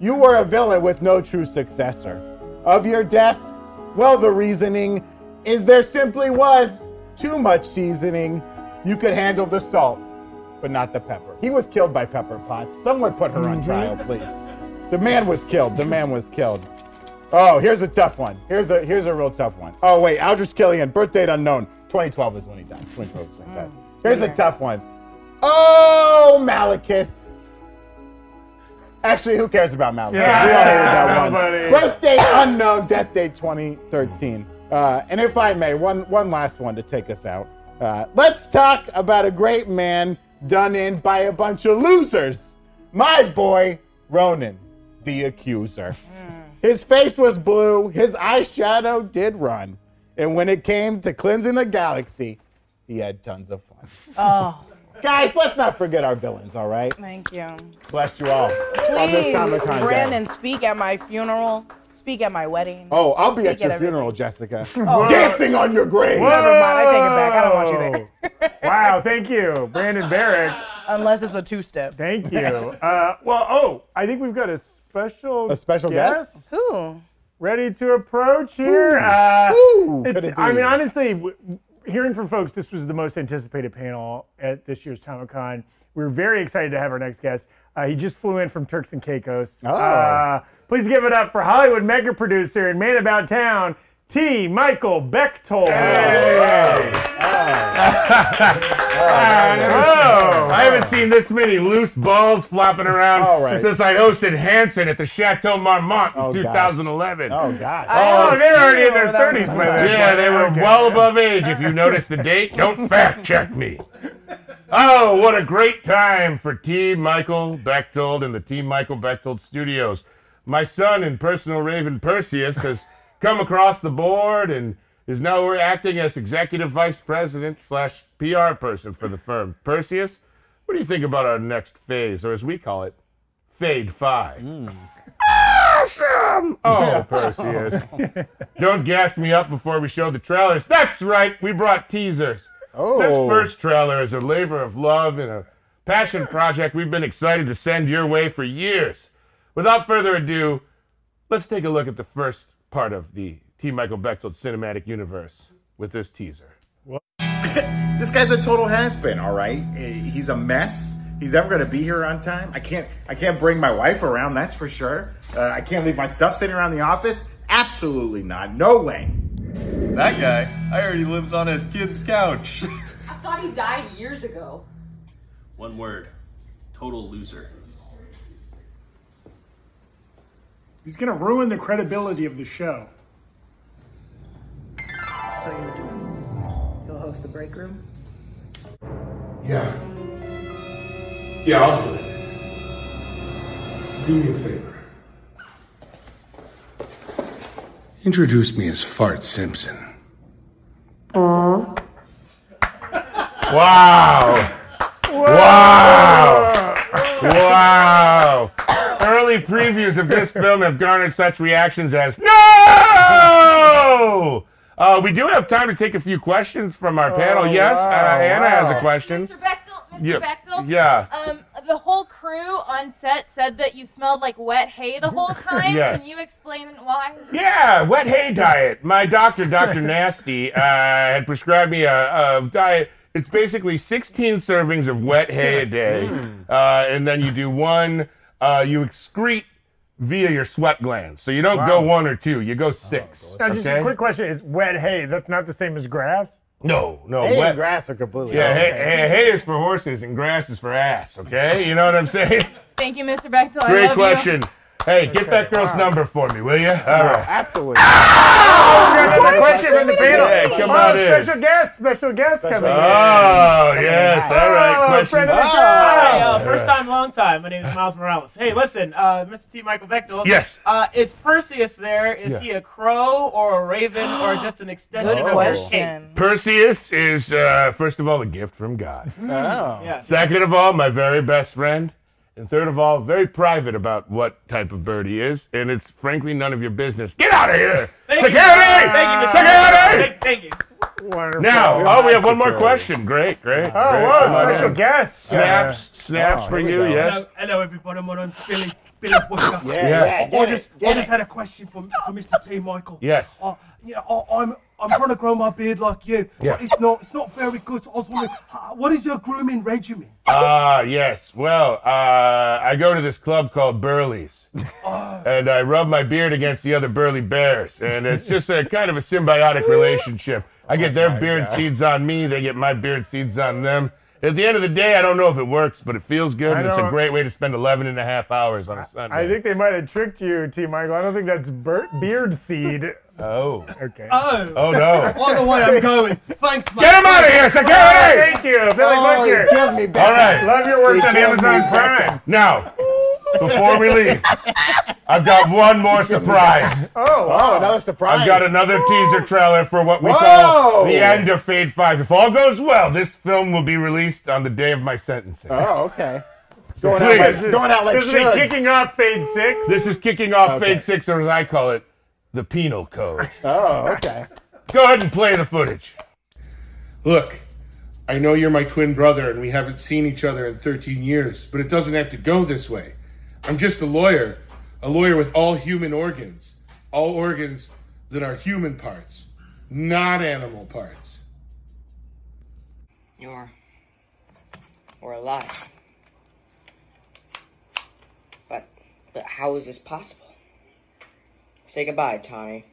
Speaker 2: You were a villain with no true successor. Of your death, well, the reasoning is there simply was too much seasoning. You could handle the salt, but not the pepper. He was killed by Pepper Potts. Someone put her on trial, please. The man was killed. The man was killed. Oh, here's a tough one. Here's a here's a real tough one. Oh wait, Aldrich Killian, birth date unknown. 2012 is when he died. 2012 is when he died. Here's a tough one. Oh, Malekith. Actually, who cares about Malekith?
Speaker 4: Yeah.
Speaker 2: We all heard that one.
Speaker 4: Nobody.
Speaker 2: Birth date unknown, death date 2013. Uh, and if I may, one one last one to take us out. Uh, let's talk about a great man done in by a bunch of losers. My boy, Ronan, the accuser.
Speaker 4: Hmm.
Speaker 2: His face was blue, his eyeshadow did run. And when it came to cleansing the galaxy, he had tons of fun.
Speaker 3: Oh,
Speaker 2: Guys, let's not forget our villains, all right?
Speaker 3: thank you.
Speaker 2: Bless you all. on this
Speaker 3: Please,
Speaker 2: time of contact.
Speaker 3: Brandon, speak at my funeral. Speak at my wedding.
Speaker 2: Oh, I'll
Speaker 3: Speak
Speaker 2: be at
Speaker 3: at
Speaker 2: your
Speaker 3: everything.
Speaker 2: funeral, Jessica.
Speaker 3: Oh.
Speaker 2: Dancing on your grave.
Speaker 3: Never mind, I take it back. I don't want you
Speaker 4: there. wow, thank you, Brandon Barrick.
Speaker 3: Unless it's a two-step.
Speaker 4: Thank you. Uh, well, oh, I think we've got a special
Speaker 2: A special guest?
Speaker 3: Who?
Speaker 4: ready to approach here.
Speaker 2: Ooh.
Speaker 4: Uh,
Speaker 2: Ooh, could
Speaker 4: it's-
Speaker 2: it
Speaker 4: I
Speaker 2: be?
Speaker 4: mean, honestly, w- w- hearing from folks, this was the most anticipated panel at this year's Comic Con. We are very excited to have our next guest. Uh, he just flew in from Turks and Caicos.
Speaker 2: Oh.
Speaker 4: Uh, please give it up for Hollywood mega producer and man about town, T. Michael Bechtold.
Speaker 1: Oh, I haven't seen this many loose balls flopping around
Speaker 2: All right.
Speaker 1: since I hosted Hanson at the Chateau Marmont in
Speaker 2: Oh, gosh.
Speaker 1: 2011.
Speaker 2: Oh, God.
Speaker 3: I
Speaker 4: Oh,
Speaker 3: don't
Speaker 4: they're already
Speaker 3: know
Speaker 4: in their
Speaker 3: that was
Speaker 4: 30s by
Speaker 3: somebody.
Speaker 4: then.
Speaker 1: Yeah, they were
Speaker 4: Okay.
Speaker 1: well above age. If you notice the date, don't fact check me. Oh, what a great time for T. Michael Bechtold and the T. Michael Bechtold Studios. My son and personal raven Perseus has come across the board and is now acting as executive vice president slash PR person for the firm. Perseus, what do you think about our next phase, or as we call it, Fade Five? Awesome! Oh, Perseus. Don't gas me up before we show the trailers. That's right, we brought teasers.
Speaker 2: Oh.
Speaker 1: This first trailer is a labor of love and a passion project we've been excited to send your way for years. Without further ado, let's take a look at the first part of the T. Michael Bechtold cinematic universe with this teaser.
Speaker 2: This guy's a total has-been, all right? Uh, He's a mess. He's never going to be here on time. I can't I can't bring my wife around, that's for sure. Uh, I can't leave my stuff sitting around the office. Absolutely not. No way.
Speaker 7: That guy, I already lives on his kid's couch.
Speaker 5: I thought he died years ago.
Speaker 7: One word total loser.
Speaker 8: He's going to ruin the credibility of the show.
Speaker 9: So you'll do it. You'll host the break room?
Speaker 1: Yeah. Yeah, I'll do it. Do me a favor.
Speaker 9: Introduce me as Fart Simpson.
Speaker 1: Wow. Wow. Wow. Early previews of this film have garnered such reactions as No! Uh, we do have time to take a few questions from our panel. yes, uh, Anna has a question.
Speaker 5: Mr. Bechtel, Mr.
Speaker 1: Yeah.
Speaker 5: Bechtel.
Speaker 1: Yeah.
Speaker 5: Um, the whole crew on set said that you smelled like wet hay the whole time.
Speaker 1: Yes.
Speaker 5: Can you explain why?
Speaker 1: Yeah, wet hay diet. My doctor, Dr. Nasty, uh, had prescribed me a, a diet. It's basically 16 servings of wet hay a day. Uh, and then you do one, uh, you excrete via your sweat glands. So you don't go one or two, you go six.
Speaker 4: Now, just
Speaker 1: okay?
Speaker 4: a quick question: Is wet hay that's not the same as grass?
Speaker 1: No, no.
Speaker 2: Hay
Speaker 1: wet,
Speaker 2: and grass are completely.
Speaker 1: yeah,
Speaker 2: different.
Speaker 1: hay, hay, hay is for horses and grass is for ass, okay? You know what I'm saying?
Speaker 5: Thank you, Mr. Bechtel. I
Speaker 1: Great
Speaker 5: love You.
Speaker 1: question. Hey, get that girl's number for me, will you? All right.
Speaker 2: Absolutely.
Speaker 4: Another question from the panel.
Speaker 1: Hey, come
Speaker 4: oh,
Speaker 1: on in.
Speaker 4: special guest, special guest coming
Speaker 1: Oh, yes. All right.
Speaker 4: Oh,
Speaker 1: Question. Ah,
Speaker 4: friend of the show.
Speaker 10: Hi, uh,
Speaker 1: Yeah.
Speaker 10: first time, long time. My name is Miles Morales. Hey, listen, uh, Mr. T. Michael Bechtel.
Speaker 1: Yes.
Speaker 10: Uh, is Perseus there? Is
Speaker 1: Yeah.
Speaker 10: he a crow or a raven or just an extension
Speaker 2: Oh.
Speaker 3: Good
Speaker 10: of your cape?
Speaker 3: question.
Speaker 1: Perseus is, uh, first of all, a gift from God.
Speaker 2: Oh.
Speaker 10: Yeah.
Speaker 1: Second of all, my very best friend. And third of all, very private about what type of bird he is. And it's frankly none of your business. Get out of here!
Speaker 10: Thank you.
Speaker 1: Security!
Speaker 10: Thank you, Mr.
Speaker 1: Security!
Speaker 10: Thank, thank you.
Speaker 4: Wonderful.
Speaker 1: Now,
Speaker 2: You're
Speaker 1: oh, we
Speaker 2: not
Speaker 1: have one more
Speaker 2: security.
Speaker 1: question. Great, great.
Speaker 4: Oh,
Speaker 1: great.
Speaker 4: whoa,
Speaker 1: Come on
Speaker 4: special
Speaker 1: in.
Speaker 4: guest.
Speaker 1: Snaps, snaps
Speaker 2: Oh,
Speaker 1: for
Speaker 2: here we
Speaker 1: you,
Speaker 2: go.
Speaker 1: yes.
Speaker 10: Hello, hello everybody. My name's Billy. Billy Booker.
Speaker 1: Yes.
Speaker 10: I
Speaker 2: get
Speaker 10: just,
Speaker 2: it, get
Speaker 10: I just
Speaker 2: it.
Speaker 10: had a question for, for Mr. T. Michael.
Speaker 1: Yes.
Speaker 10: Uh, you know, I, I'm, I'm trying to grow my beard like you,
Speaker 1: Yeah.
Speaker 10: but it's not, it's not very good. So I was wondering, uh, what is your grooming regimen?
Speaker 1: Ah, yes. Well, uh, I go to this club called Burley's,
Speaker 4: Oh.
Speaker 1: and I rub my beard against the other Burley bears, and it's just a kind of a symbiotic relationship. I get
Speaker 4: Oh,
Speaker 1: their beard seeds on me, they get my beard seeds on them. At the end of the day, I don't know if it works, but it feels good,
Speaker 4: I
Speaker 1: and it's a
Speaker 4: don't-
Speaker 1: great way to spend 11 and a half hours on a Sunday.
Speaker 4: I think they might have tricked you, T. Michael. I don't think that's ber- beard seed.
Speaker 1: Oh.
Speaker 4: Okay.
Speaker 10: Oh,
Speaker 1: Oh no.
Speaker 10: by the way, I'm going. Thanks, mate.
Speaker 1: Get him out of here, security!
Speaker 4: Thank you, Billy
Speaker 2: Oh,
Speaker 4: Butcher.
Speaker 2: give me back.
Speaker 1: All right.
Speaker 4: Love your work
Speaker 2: He
Speaker 4: on
Speaker 2: killed
Speaker 4: Amazon
Speaker 2: me.
Speaker 4: Prime.
Speaker 1: Now, before we leave, I've got one more surprise.
Speaker 4: Oh, wow.
Speaker 2: Oh, another surprise.
Speaker 1: I've got another teaser trailer for what we
Speaker 2: Whoa!
Speaker 1: call the end of Fade 5. If all goes well, this film will be released on the day of my sentencing.
Speaker 2: Oh, okay. Going out
Speaker 1: Please.
Speaker 2: like, going out like
Speaker 4: This will be
Speaker 2: should.
Speaker 4: kicking off Fade 6.
Speaker 1: This is kicking off
Speaker 2: Okay.
Speaker 1: Fade 6, or as I call it, the penal code.
Speaker 2: Oh, okay.
Speaker 1: Go ahead and play the footage.
Speaker 9: Look, I know you're my twin brother and we haven't seen each other in 13 years, but it doesn't have to go this way. I'm just a lawyer, a lawyer with all human organs, all organs that are human parts, not animal parts.
Speaker 11: You're. Or alive. But. But how is this possible? Say goodbye, Tommy.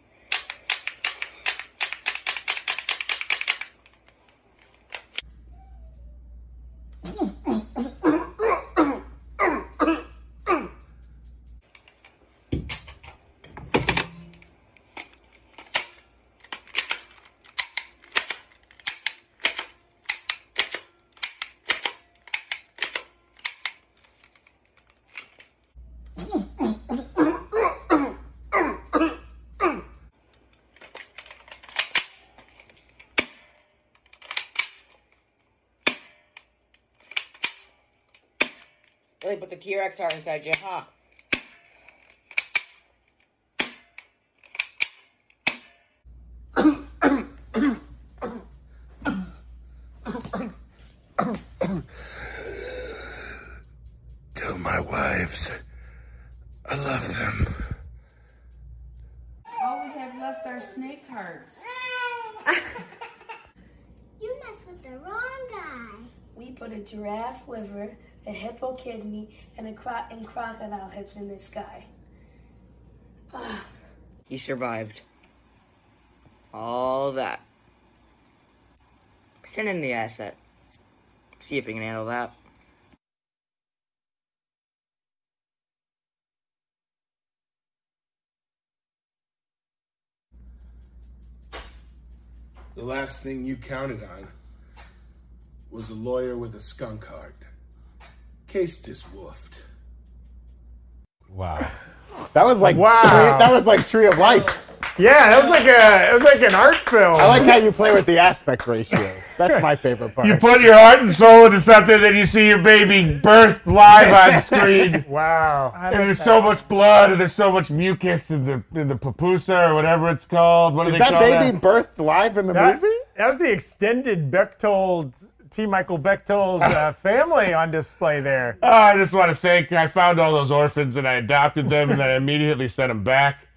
Speaker 11: Really put the TRXR inside you, huh?
Speaker 9: Tell my wives I love them.
Speaker 11: All we have left are snake hearts.
Speaker 12: You messed with the wrong guy. We put a giraffe liver, a hippo kidney, and a cro- and crocodile hips in this guy.
Speaker 11: He survived. All that. Send in the asset. See if he can handle that.
Speaker 9: The last thing you counted on was a lawyer with a skunk heart. Case diswoofed.
Speaker 2: Wow. That was like
Speaker 4: Wow.
Speaker 2: tree, that was like Tree of Life.
Speaker 4: Yeah, that was like a it was like an art film.
Speaker 2: I like how you play with the aspect ratios. That's my favorite part.
Speaker 1: You put your heart and soul into something, then you see your baby birthed live on screen.
Speaker 4: wow.
Speaker 1: And there's so much blood, and there's so much mucus in the in the pupusa or whatever it's called. What do
Speaker 2: Is
Speaker 1: they
Speaker 2: that
Speaker 1: call
Speaker 2: baby birthed live in the
Speaker 4: That,
Speaker 2: movie?
Speaker 4: that was the extended Bechtold, T. Michael Bechtold uh, family on display there.
Speaker 1: Oh, I just want to thank. I found all those orphans and I adopted them, and I immediately sent them back.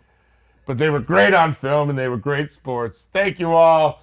Speaker 1: But they were great on film, and they were great sports. Thank you all.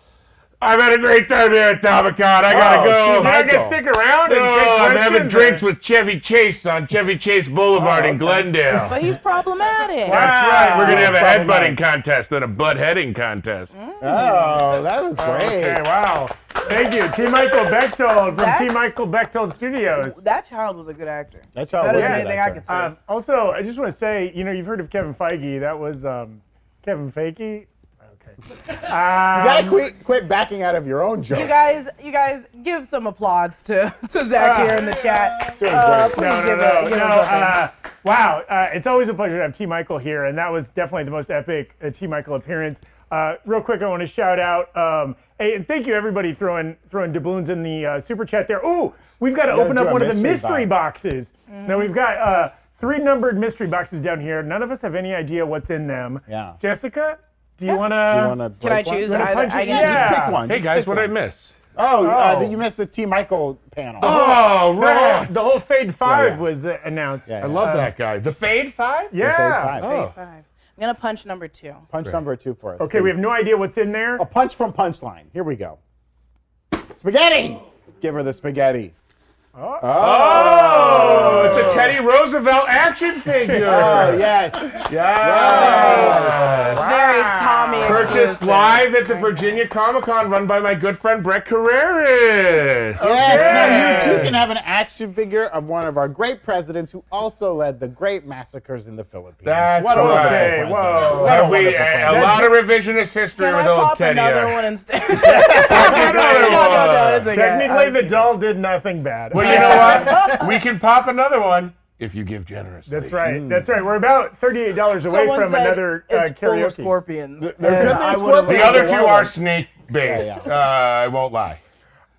Speaker 1: I've had a great time here at Tomicon. I gotta
Speaker 4: Oh,
Speaker 1: go.
Speaker 4: T. Michael. Gonna stick around and
Speaker 1: No,
Speaker 4: take
Speaker 1: I'm having
Speaker 4: questions,
Speaker 1: drinks
Speaker 4: or-
Speaker 1: with Chevy Chase on Chevy Chase Boulevard in Glendale.
Speaker 3: But he's problematic.
Speaker 1: Oh, That's right. We're gonna have a
Speaker 4: Ah! That's probably
Speaker 1: headbutting contest and a butt heading contest.
Speaker 2: Oh, that was great.
Speaker 4: Okay, wow. Thank you, T. Michael Bechtold from
Speaker 3: That-
Speaker 4: T. Michael Bechtold Studios.
Speaker 3: that child was a good actor.
Speaker 2: That's how
Speaker 3: Better
Speaker 2: it was.
Speaker 3: than
Speaker 2: in
Speaker 3: anything
Speaker 2: that
Speaker 3: I
Speaker 2: time.
Speaker 3: could see.
Speaker 4: Um, also, I just want to say, you know, you've heard of Kevin Feige. That was um, Kevin Feige. Okay.
Speaker 2: You gotta quit quit backing out of your own jokes.
Speaker 3: you guys, you guys, give some applauds to to Zach here in the chat.
Speaker 2: Doing
Speaker 3: Uh,
Speaker 2: great.
Speaker 3: please
Speaker 4: no, no,
Speaker 3: give
Speaker 4: no,
Speaker 3: a-
Speaker 4: no.
Speaker 3: give him something.
Speaker 4: Uh, wow, uh, it's always a pleasure to have T. Michael here, and that was definitely the most epic uh, T. Michael appearance. Uh, real quick, I want to shout out, um, hey, and thank you everybody throwing throwing doubloons in the uh, super chat there. Ooh, we've got to
Speaker 2: We gotta
Speaker 4: open
Speaker 2: do
Speaker 4: up
Speaker 2: a
Speaker 4: one of the
Speaker 2: mystery
Speaker 4: mystery boxes. Now we've got uh, three numbered mystery boxes down here. None of us have any idea what's in them.
Speaker 2: Yeah.
Speaker 4: Jessica, do you want
Speaker 2: Do you
Speaker 4: to?
Speaker 2: want to?
Speaker 3: Can I choose?
Speaker 2: One?
Speaker 3: I, I
Speaker 4: it
Speaker 3: can
Speaker 4: in?
Speaker 3: just
Speaker 2: Just
Speaker 4: Yeah.
Speaker 2: pick one.
Speaker 1: Hey
Speaker 2: Just
Speaker 1: guys,
Speaker 2: pick
Speaker 1: what
Speaker 2: one.
Speaker 1: did I miss?
Speaker 2: Oh, uh,
Speaker 4: Oh.
Speaker 2: you missed the T. Michael panel.
Speaker 1: Oh, right.
Speaker 4: The whole Fade Five
Speaker 2: yeah.
Speaker 4: was uh, announced.
Speaker 2: Yeah,
Speaker 1: I
Speaker 2: yeah.
Speaker 1: love that guy. The Fade Five?
Speaker 4: Yeah.
Speaker 2: Episode five.
Speaker 1: Oh.
Speaker 3: Five. I'm gonna punch number two.
Speaker 2: Punch number two for us.
Speaker 4: Okay, we
Speaker 2: please.
Speaker 4: have no idea what's in there.
Speaker 2: A punch from punchline. Here we go. Spaghetti. Give her the spaghetti.
Speaker 4: Oh.
Speaker 1: Oh, it's a Teddy Roosevelt action figure.
Speaker 2: Oh yes.
Speaker 1: Yes.
Speaker 3: Very Tommy.
Speaker 1: Purchased
Speaker 3: exclusive.
Speaker 1: live at the Virginia Comic Con run by my good friend Brett Carreras.
Speaker 2: Yes. Now you too can have an action figure of one of our great presidents who also led the great massacres in the Philippines.
Speaker 1: That's
Speaker 2: what a wonderful
Speaker 1: right.
Speaker 2: president.
Speaker 4: Whoa.
Speaker 2: What a
Speaker 1: Have we,
Speaker 2: wonderful
Speaker 1: a, a
Speaker 2: president.
Speaker 1: lot of revisionist history
Speaker 3: Can I
Speaker 1: with old
Speaker 3: pop
Speaker 1: Teddy.
Speaker 3: another
Speaker 1: here.
Speaker 3: one instead? no, no, no, no, it's okay.
Speaker 4: Technically,
Speaker 3: I'm
Speaker 4: the
Speaker 3: kidding.
Speaker 4: doll did nothing bad.
Speaker 1: uh, Well, you know what? We can pop another one if you give generously.
Speaker 4: That's right. That's right. We're about thirty-eight dollars away
Speaker 3: Someone
Speaker 4: from
Speaker 3: said
Speaker 4: another uh,
Speaker 3: it's full of
Speaker 4: karaoke.
Speaker 3: scorpions. and
Speaker 2: there could be
Speaker 3: I
Speaker 2: a
Speaker 3: would've-
Speaker 1: The
Speaker 2: scorpion.
Speaker 1: other two
Speaker 2: Yeah.
Speaker 1: are snake based. Uh, I won't lie.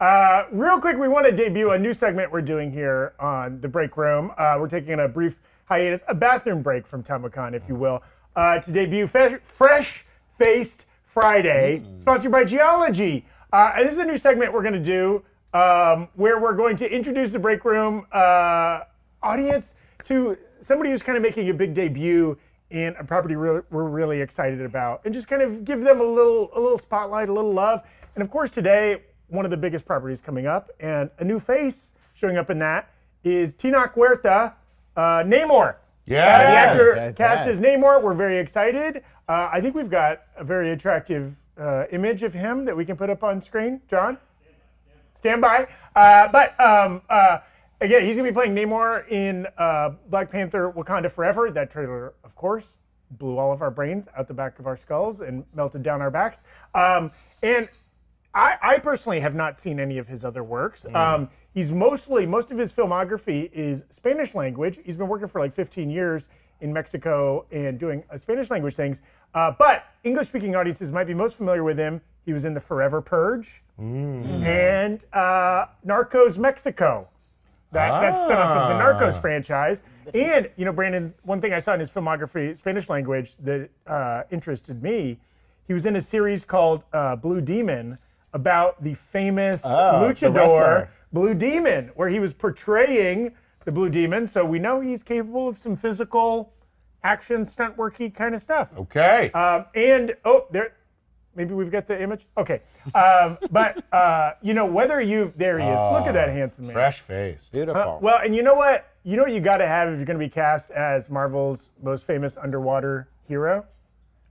Speaker 4: Uh, real quick, we want to debut a new segment we're doing here on the break room. Uh, we're taking a brief hiatus, a bathroom break from Tomicon, if you will, uh, to debut Fe- Fresh Faced Friday, sponsored by Geology. Uh, and this is a new segment we're going to do um, where we're going to introduce the break room uh, audience to somebody who's kind of making a big debut in a property re- we're really excited about, and just kind of give them a little a little spotlight, a little love. And of course, today one of the biggest properties coming up, and a new face showing up in that is Tinoch Huerta, uh, Namor. Uh, the
Speaker 1: Yes.
Speaker 4: actor
Speaker 2: yes,
Speaker 4: cast
Speaker 2: yes.
Speaker 4: is Namor. We're very excited. Uh, I think we've got a very attractive uh, image of him that we can put up on screen. John, stand by. Uh, but um, uh, again, he's gonna be playing Namor in uh, Black Panther: Wakanda Forever. That trailer, of course, blew all of our brains out the back of our skulls and melted down our backs. Um, and I, I personally have not seen any of his other works. Um, he's mostly most of his filmography is Spanish language. He's been working for like 15 years in Mexico and doing uh, Spanish language things. Uh, but English speaking audiences might be most familiar with him. He was in the Forever Purge and uh, Narcos Mexico. That, that spinoff of the Narcos franchise. And, you know, Brandon, one thing I saw in his filmography, Spanish language, that uh, interested me, he was in a series called uh, Blue Demon about the famous
Speaker 2: Oh, the
Speaker 4: luchador
Speaker 2: wrestler.
Speaker 4: Blue Demon, where he was portraying the Blue Demon. So we know he's capable of some physical action, stunt worky kind of stuff.
Speaker 2: Oh.
Speaker 1: Okay.
Speaker 4: Um, and oh, there, maybe we've got the image. Okay, um, but uh, you know whether you there he is. Look at
Speaker 2: Ah,
Speaker 4: that handsome man.
Speaker 1: Fresh face.
Speaker 2: Beautiful.
Speaker 4: Uh, well, and you know what? You know what you got to have if you're going to be cast as Marvel's most famous underwater hero,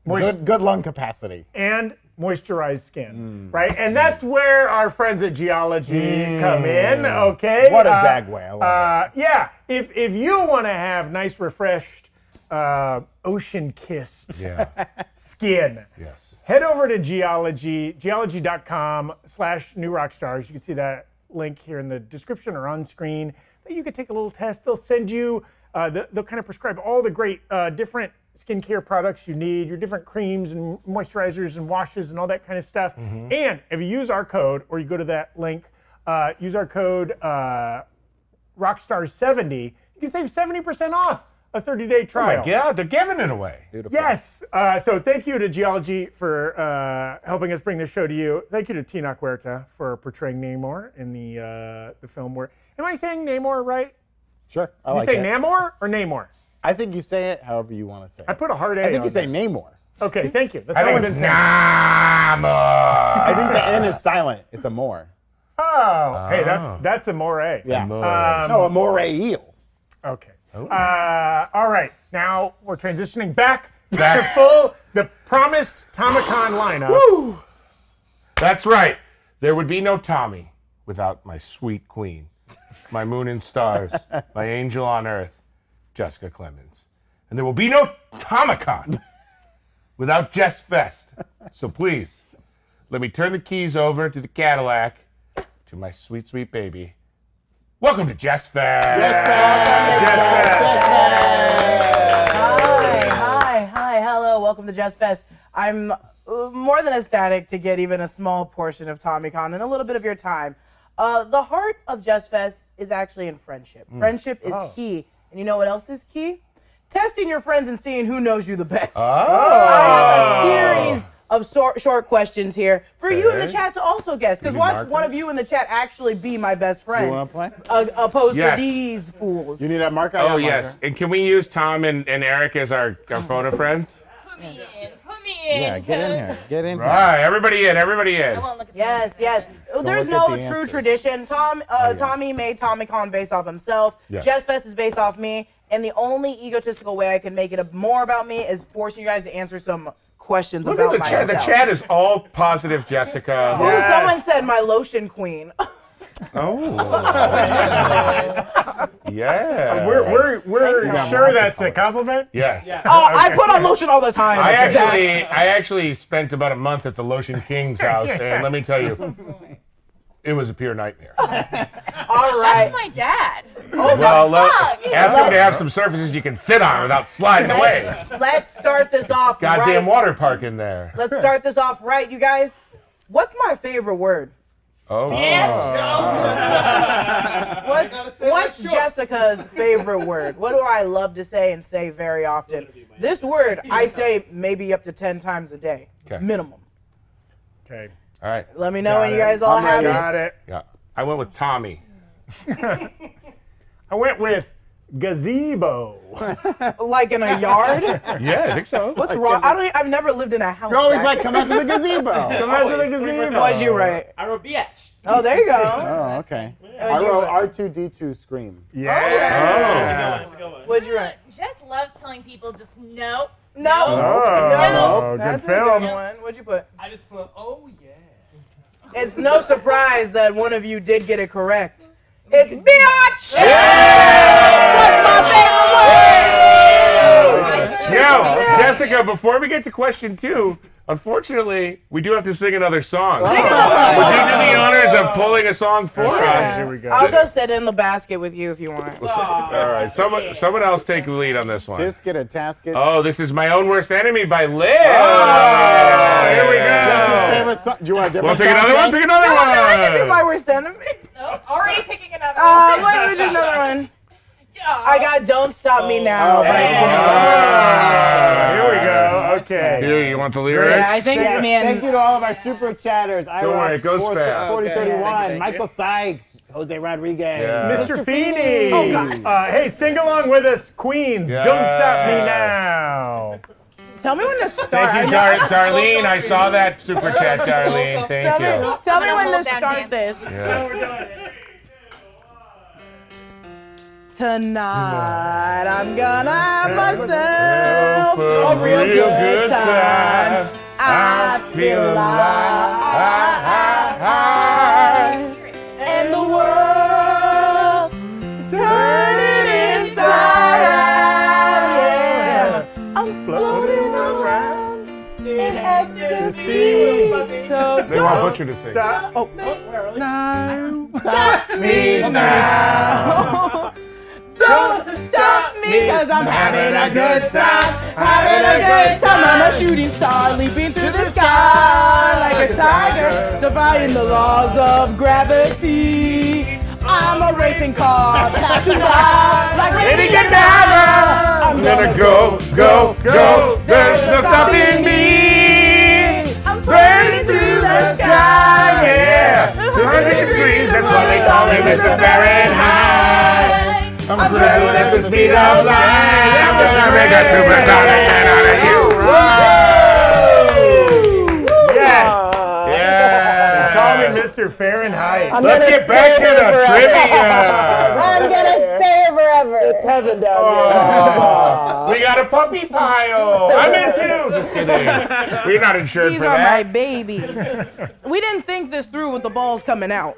Speaker 2: good, good lung capacity.
Speaker 4: and moisturized skin,
Speaker 2: Mm.
Speaker 4: right? And that's where our friends at Geology come in. Okay,
Speaker 2: Mm. What a Zagway, I love
Speaker 4: uh, yeah, if if you want to have nice, refreshed, uh, ocean-kissed
Speaker 1: Yeah.
Speaker 4: skin.
Speaker 1: yes.
Speaker 4: head over to geology geology.com slash new rock stars you can see that link here in the description or on screen that you could take a little test. They'll send you, uh, the- they'll kind of prescribe all the great uh, different skincare products you need, your different creams and moisturizers and washes and all that kind of stuff.
Speaker 13: Mhm.
Speaker 1: Mm-hmm.
Speaker 4: And if you use our code or you go to that link, uh, use our code uh, Rockstar70, you can save 70% off a 30 day
Speaker 1: Oh
Speaker 4: trial.
Speaker 1: my God, they're giving it away.
Speaker 4: Yes. Uh, so thank you to Geology for uh, helping us bring this show to you. Thank you to Tina Huerta for portraying Namor in the uh, the film. Where am I saying Namor right?
Speaker 2: Sure. I
Speaker 4: you
Speaker 2: like
Speaker 4: say
Speaker 2: it.
Speaker 4: Namor or Namor?
Speaker 2: I think you say it however you want to say it.
Speaker 4: I put a hard A.
Speaker 2: I think you
Speaker 4: on
Speaker 2: say
Speaker 4: that.
Speaker 2: Namor.
Speaker 4: Okay, thank you. That's
Speaker 2: I
Speaker 4: all
Speaker 2: think
Speaker 4: I've been
Speaker 2: it's
Speaker 4: saying.
Speaker 2: I think the N is silent. It's a more.
Speaker 4: Oh, hey,
Speaker 2: Oh.
Speaker 4: that's that's a more.
Speaker 2: Yeah.
Speaker 4: Uh,
Speaker 2: Oh. no, a more eel.
Speaker 4: Okay. Uh, all right, now we're transitioning back, to full the promised Tomicon lineup.
Speaker 1: Woo! That's right. There would be no Tommy without my sweet queen, my moon and stars, my angel on earth, Jessica Clemens. And there will be no Tomicon without Jess Fest. So please, let me turn the keys over to the Cadillac, to my sweet, sweet baby. Welcome to Jess Fest. Jess
Speaker 3: Hi, hi, hi, hello, welcome to Jazz Fest. I'm uh, more than ecstatic to get even a small portion of TommyCon and a little bit of your time. Uh, the heart of Jazz Fest is actually in friendship.
Speaker 14: Mm.
Speaker 3: Friendship is
Speaker 14: Oh.
Speaker 3: key. And you know what else is key? Testing your friends and seeing who knows you the best.
Speaker 14: Oh.
Speaker 3: I have a series of sor- short questions here for you in the
Speaker 14: Okay.
Speaker 3: chat to also guess. Because
Speaker 14: Maybe
Speaker 3: watch
Speaker 14: Marcus?
Speaker 3: one of you in the chat actually be my best friend.
Speaker 1: wanna play?
Speaker 3: Uh, opposed
Speaker 1: Yes.
Speaker 3: to these fools.
Speaker 2: You need that marker?
Speaker 1: Oh, yes. And can we use Tom and, and Eric as our,
Speaker 3: Oh.
Speaker 1: our photo friends?
Speaker 5: Put me in.
Speaker 2: Get in
Speaker 1: Right, everybody in, everybody in.
Speaker 3: Yes, yes.
Speaker 1: Don't
Speaker 3: There's
Speaker 1: look at
Speaker 3: no
Speaker 1: the
Speaker 3: true
Speaker 1: answers. Oh,
Speaker 3: tradition. Tom, uh, Tommy made Tommy Con based off himself.
Speaker 14: Yeah.
Speaker 3: Jess Fest is based off me, and the only egotistical way I can make it a, more about me is forcing you guys to answer some questions
Speaker 1: Look at
Speaker 3: about
Speaker 1: the chat.
Speaker 3: myself.
Speaker 1: The chat is all positive, Jessica.
Speaker 3: Ooh, someone said my lotion queen. Oh,
Speaker 1: Oh. yeah.
Speaker 4: We're we're,
Speaker 1: You
Speaker 4: we're
Speaker 1: got
Speaker 4: sure
Speaker 1: lots of
Speaker 4: that's a compliment.
Speaker 1: Yes.
Speaker 3: Oh, I put on lotion all the time.
Speaker 1: I
Speaker 3: Zach.
Speaker 1: actually, I actually spent about a month at the Lotion King's house, and let me tell you, it was a pure nightmare.
Speaker 3: All right.
Speaker 5: That's my dad.
Speaker 1: well, let-
Speaker 5: fuck?
Speaker 1: ask them to have some surfaces you can sit on without sliding away.
Speaker 3: Let's, let's start this off
Speaker 1: Goddamn
Speaker 3: right.
Speaker 1: water park in there.
Speaker 3: Let's start this off right, you guys. What's my favorite word?
Speaker 1: Oh.
Speaker 3: What's, what's Jessica's favorite word? What do I love to say and say very often? This word I say maybe up to 10 times a day,
Speaker 1: Okay.
Speaker 3: minimum.
Speaker 4: Okay.
Speaker 1: All right.
Speaker 3: Let me know when you guys all have
Speaker 4: Got it.
Speaker 1: Yeah. I went with Tommy.
Speaker 4: I went with gazebo.
Speaker 3: Like in a yard?
Speaker 1: Yeah, I think so.
Speaker 3: What's wrong? I don't. e, I've never lived in a house.
Speaker 2: You're always
Speaker 3: Zach.
Speaker 2: like, come out to the gazebo. Come
Speaker 4: out to the
Speaker 2: gazebo.
Speaker 3: What'd you write?
Speaker 10: I wrote BH.
Speaker 3: Oh, there you go.
Speaker 2: Oh, okay.
Speaker 3: Yeah.
Speaker 2: I wrote R2D2 Scream.
Speaker 1: Oh.
Speaker 4: Yeah.
Speaker 3: What'd you write?
Speaker 5: Jess loves telling people just no.
Speaker 3: No.
Speaker 4: Oh,
Speaker 3: That's
Speaker 4: good
Speaker 3: a good
Speaker 4: film.
Speaker 3: one. What'd you put?
Speaker 10: I just put, oh yeah.
Speaker 3: It's no surprise that one of you did get it correct. It's biatch.
Speaker 1: Yo, Jessica, before we get to question two, unfortunately, we do have to sing another song. Would you do the honors of pulling a song for us? Here we go.
Speaker 3: I'll go sit in the basket with you if you want.
Speaker 1: All right, someone, someone else take the lead on this one.
Speaker 2: Disc it, a task it.
Speaker 1: Oh, this is my own worst enemy by Liz. here we go.
Speaker 2: Oh. Jess's favorite song. Do you want a
Speaker 1: Wanna
Speaker 2: different
Speaker 1: pick
Speaker 2: song,
Speaker 1: another one?
Speaker 2: Jess?
Speaker 1: Pick another
Speaker 3: No, no, I can do
Speaker 1: one.
Speaker 3: my worst enemy.
Speaker 5: No, already picking another
Speaker 3: Uh,
Speaker 5: one.
Speaker 3: wait, wait, just another one. I got Don't Stop Me
Speaker 2: Oh,
Speaker 3: Now.
Speaker 1: Oh,
Speaker 3: by-
Speaker 1: Ah,
Speaker 4: Here we go. Okay.
Speaker 1: Here, you want the lyrics?
Speaker 2: Yes, Thank you to all of our super chatters. I
Speaker 1: Don't
Speaker 2: wrote
Speaker 1: worry, it goes
Speaker 2: 40,
Speaker 1: fast.
Speaker 2: 4031,
Speaker 1: Okay.
Speaker 2: Michael Sykes, Jose Rodriguez.
Speaker 1: Yeah.
Speaker 4: Mr. Feeney. Uh, hey, sing along with us, Queens. Don't stop me now.
Speaker 3: Tell me when to start.
Speaker 1: Thank you, Dar- Darlene. I saw that super chat, Darlene. Thank
Speaker 3: tell
Speaker 1: you.
Speaker 3: Me, tell me
Speaker 5: I'm gonna
Speaker 3: when
Speaker 5: hold
Speaker 3: to
Speaker 5: down
Speaker 3: start
Speaker 5: Dan.
Speaker 3: this.
Speaker 1: Yeah.
Speaker 3: Tonight I'm gonna have myself a Oh, real, good, time. I feel alive. And the world is turning inside out. Yeah. I'm floating around in ecstasy. So
Speaker 1: They want Butcher to sing.
Speaker 3: Oh, no. stop me now. Don't stop me because I'm having a good time. Having a good time. I'm a shooting star leaping through the sky like a tiger, defying the laws of gravity. I'm a racing car passing by like Lady Godiva. I'm gonna
Speaker 1: go, go, go. There's no stopping me.
Speaker 3: I'm burning through the sky, yeah.
Speaker 1: 200 degrees, that's what they call it, Mr. Fahrenheit. I'm traveling at the speed of light. I'm gonna make a supersonic man out of you.
Speaker 4: Yes. Call me Mr. Fahrenheit. Let's get back to the trivia.
Speaker 13: I'm gonna stay forever. It's heaven down
Speaker 1: We got a puppy pile. I'm in too. Just kidding. We're not insured
Speaker 3: These
Speaker 1: for
Speaker 3: are my
Speaker 1: that.
Speaker 3: babies. we didn't think this through with the balls coming out.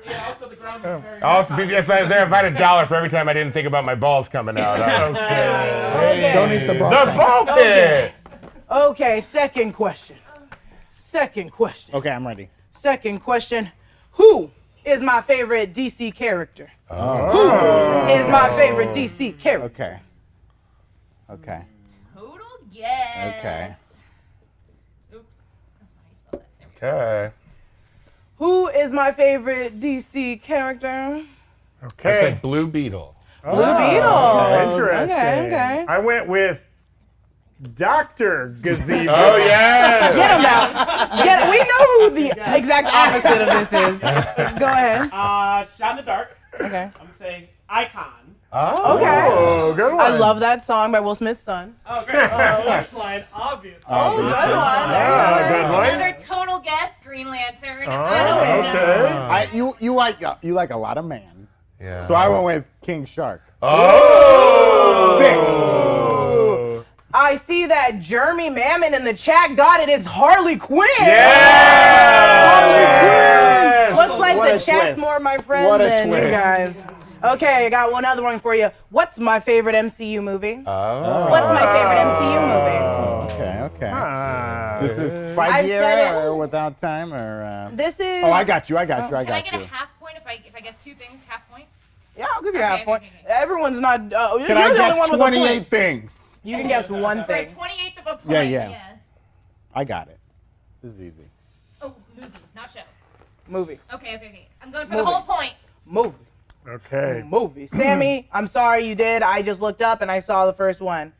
Speaker 1: I'll be, if, I, if I had a dollar for every time I didn't think about my balls coming out. Okay.
Speaker 2: Don't e- eat the balls.
Speaker 1: The ball pit.
Speaker 3: Okay. Okay, second question. Second question.
Speaker 2: Okay, I'm ready.
Speaker 3: Second question. Who is my favorite DC character? Who is my favorite DC character?
Speaker 2: Okay. Okay.
Speaker 5: Total yes.
Speaker 2: Okay.
Speaker 1: Uh, Okay.
Speaker 3: Who is my favorite DC character?
Speaker 1: I said Blue Beetle.
Speaker 3: Blue Beetle.
Speaker 4: Oh. okay. Interesting.
Speaker 3: Okay, okay.
Speaker 4: I went with Dr. Gazebo.
Speaker 1: Oh, yes.
Speaker 3: Get him out. Get We know who the exact opposite of this is. Go ahead.
Speaker 10: Uh, Shot in the Dark.
Speaker 3: Okay.
Speaker 10: I'm gonna say Icon.
Speaker 1: Oh,
Speaker 3: Okay.
Speaker 4: Oh, good one.
Speaker 3: I love that song by Will Smith's son.
Speaker 10: Oh, great. Uh, Lunchline, obviously.
Speaker 1: Uh,
Speaker 3: Oh, good one.
Speaker 4: Ah, good one.
Speaker 5: Another total guess, Green Lantern.
Speaker 4: Oh, okay.
Speaker 2: I, you you like a, you like a lot of man.
Speaker 1: Yeah.
Speaker 2: So I went with King Shark.
Speaker 1: Oh.
Speaker 3: Oh. I see that Jeremy Mammon in the chat got it. It's Harley Quinn.
Speaker 1: Yeah.
Speaker 3: Looks like
Speaker 2: What
Speaker 3: the
Speaker 2: a
Speaker 3: chat's
Speaker 2: twist.
Speaker 3: more my friend
Speaker 2: What a
Speaker 3: than you
Speaker 2: twist.
Speaker 3: guys. Okay, I got one other one for you. What's my favorite MCU movie?
Speaker 1: Oh.
Speaker 3: What's my favorite MCU movie?
Speaker 2: Okay, okay.
Speaker 4: Ah.
Speaker 2: This is
Speaker 3: I've
Speaker 2: five year
Speaker 3: said it.
Speaker 2: or without time or. Uh...
Speaker 3: This is.
Speaker 2: Oh, I got you. I got you. I
Speaker 5: Can I
Speaker 2: got
Speaker 5: get
Speaker 2: you.
Speaker 5: a half point if I if I guess two things? Half point.
Speaker 3: Yeah, I'll give you a
Speaker 5: Okay,
Speaker 3: half point.
Speaker 5: okay,
Speaker 3: Everyone's not. Uh,
Speaker 2: Can
Speaker 3: you're
Speaker 2: I
Speaker 3: the only
Speaker 2: guess
Speaker 3: one with a point.
Speaker 2: 28 things?
Speaker 3: You can guess one
Speaker 5: For a
Speaker 3: thing.
Speaker 5: twenty-eighth of a point.
Speaker 2: Yeah, yeah.
Speaker 5: Yes.
Speaker 2: I got it. This is easy.
Speaker 5: Oh, movie, not show.
Speaker 3: Movie.
Speaker 5: Okay, okay, okay. I'm going for
Speaker 3: Movie.
Speaker 5: the whole point.
Speaker 3: Movie.
Speaker 4: Okay.
Speaker 3: Mm, movie. Sammy, I'm sorry you did. I just looked up and I saw the first one.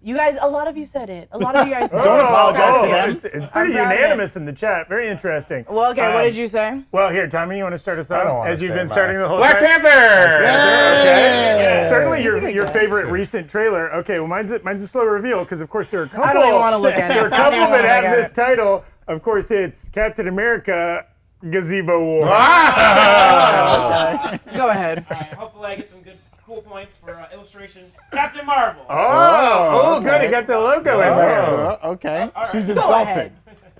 Speaker 3: You guys, a lot of you said it. A lot of you guys said
Speaker 2: Don't
Speaker 3: it.
Speaker 2: apologize to them.
Speaker 4: Oh, It's, it's pretty
Speaker 3: proud of it.
Speaker 4: unanimous in the chat. Very interesting.
Speaker 3: Oh. Well, okay, what
Speaker 4: Um,
Speaker 3: did you say?
Speaker 4: Well, here, Tommy, you want to start us
Speaker 1: I
Speaker 4: out
Speaker 1: don't wanna
Speaker 4: as you've
Speaker 1: say
Speaker 4: been
Speaker 1: mine.
Speaker 4: starting the whole
Speaker 1: Black
Speaker 4: time?
Speaker 1: Panther.
Speaker 4: Okay.
Speaker 2: Yeah.
Speaker 4: Certainly
Speaker 3: That's a
Speaker 4: your,
Speaker 3: good
Speaker 4: your
Speaker 3: guess.
Speaker 4: favorite recent trailer. Okay, well mine's a, mine's a slow reveal because of course there are a couple.
Speaker 3: don't even wanna look at it.
Speaker 4: There are a
Speaker 3: I don't
Speaker 4: couple
Speaker 3: even
Speaker 4: that
Speaker 3: wanna
Speaker 4: have
Speaker 3: look at
Speaker 4: this
Speaker 3: it.
Speaker 4: title. Of course, it's Captain America Gazebo War.
Speaker 1: Ah!
Speaker 2: Okay.
Speaker 3: Go ahead.
Speaker 10: All right, hopefully I get some good cool points for uh, illustration. Captain Marvel.
Speaker 4: Oh, oh,
Speaker 2: okay.
Speaker 4: good. It got the logo in there.
Speaker 2: Oh, okay.
Speaker 10: All right.
Speaker 2: She's
Speaker 10: Go
Speaker 2: insulted.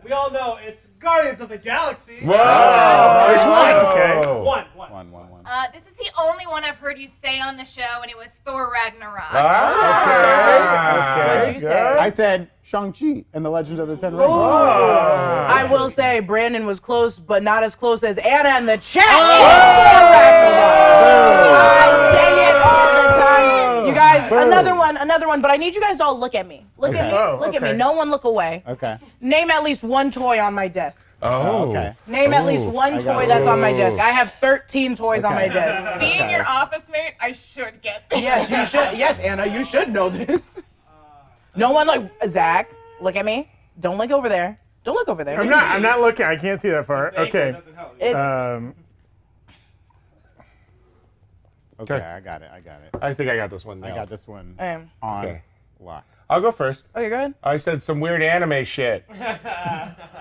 Speaker 10: We all know it's Guardians of the Galaxy.
Speaker 1: Whoa.
Speaker 4: Which one?
Speaker 1: Okay.
Speaker 10: One, one.
Speaker 2: One, one, one.
Speaker 5: Uh, this is the only one I've heard you say on the show, and it was Thor Ragnarok.
Speaker 1: Ah,
Speaker 4: Okay.
Speaker 1: okay.
Speaker 3: What'd you say?
Speaker 2: I said Shang-Chi and the Legend of the Ten Rings. Oh.
Speaker 3: I will say Brandon was close, but not as close as Anna in the chat. I say it all the time. You guys,
Speaker 2: Boom.
Speaker 3: another one, another one, but I need you guys to all look at me. Look at
Speaker 2: Okay.
Speaker 3: me.
Speaker 4: Oh,
Speaker 3: look at
Speaker 4: okay.
Speaker 3: me. No one look away.
Speaker 2: Okay.
Speaker 3: Name at least one toy on my desk.
Speaker 1: Oh.
Speaker 2: Okay.
Speaker 3: Name at least
Speaker 1: Ooh,
Speaker 2: I
Speaker 3: one
Speaker 2: got
Speaker 3: toy
Speaker 2: it.
Speaker 3: that's on my
Speaker 1: Ooh.
Speaker 3: desk. I have 13 toys on my
Speaker 2: Okay.
Speaker 3: desk.
Speaker 5: Being
Speaker 2: Okay.
Speaker 5: your office mate, I should get this.
Speaker 3: Yes, you should. Yes, Anna, you should know this. No one like Zach. Look at me. Don't look over there. Don't look over there.
Speaker 4: I'm not. I'm not looking. I can't see that far.
Speaker 10: The angle
Speaker 4: Okay.
Speaker 10: doesn't help.
Speaker 3: It-
Speaker 4: Um,
Speaker 2: Okay,
Speaker 1: Okay.
Speaker 2: I got it. I got it.
Speaker 1: I think I got this one.
Speaker 2: I
Speaker 1: nailed.
Speaker 2: got this one
Speaker 3: Um,
Speaker 2: on
Speaker 1: Okay.
Speaker 2: lock.
Speaker 1: I'll go first.
Speaker 3: okay, go ahead.
Speaker 1: I said some weird anime shit.
Speaker 2: I,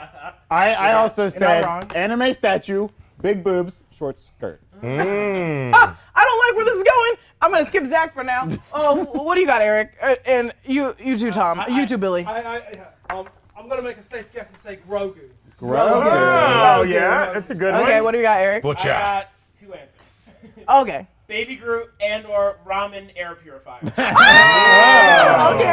Speaker 2: I also said
Speaker 3: wrong.
Speaker 2: anime statue, big boobs, short skirt.
Speaker 1: Mm.
Speaker 3: Ah, I don't like where this is going. I'm gonna skip Zach for now. Oh, what do you got, Eric? Uh, and you, you too, Tom. you too, Billy.
Speaker 10: I, I, I, um, I'm gonna make a safe guess and say Grogu.
Speaker 4: oh yeah, that's a good one.
Speaker 3: okay, what do you got, Eric?
Speaker 10: I
Speaker 1: Butcha.
Speaker 10: got two answers.
Speaker 3: Okay.
Speaker 10: Baby Groot and or ramen air purifier.
Speaker 3: Okay. Go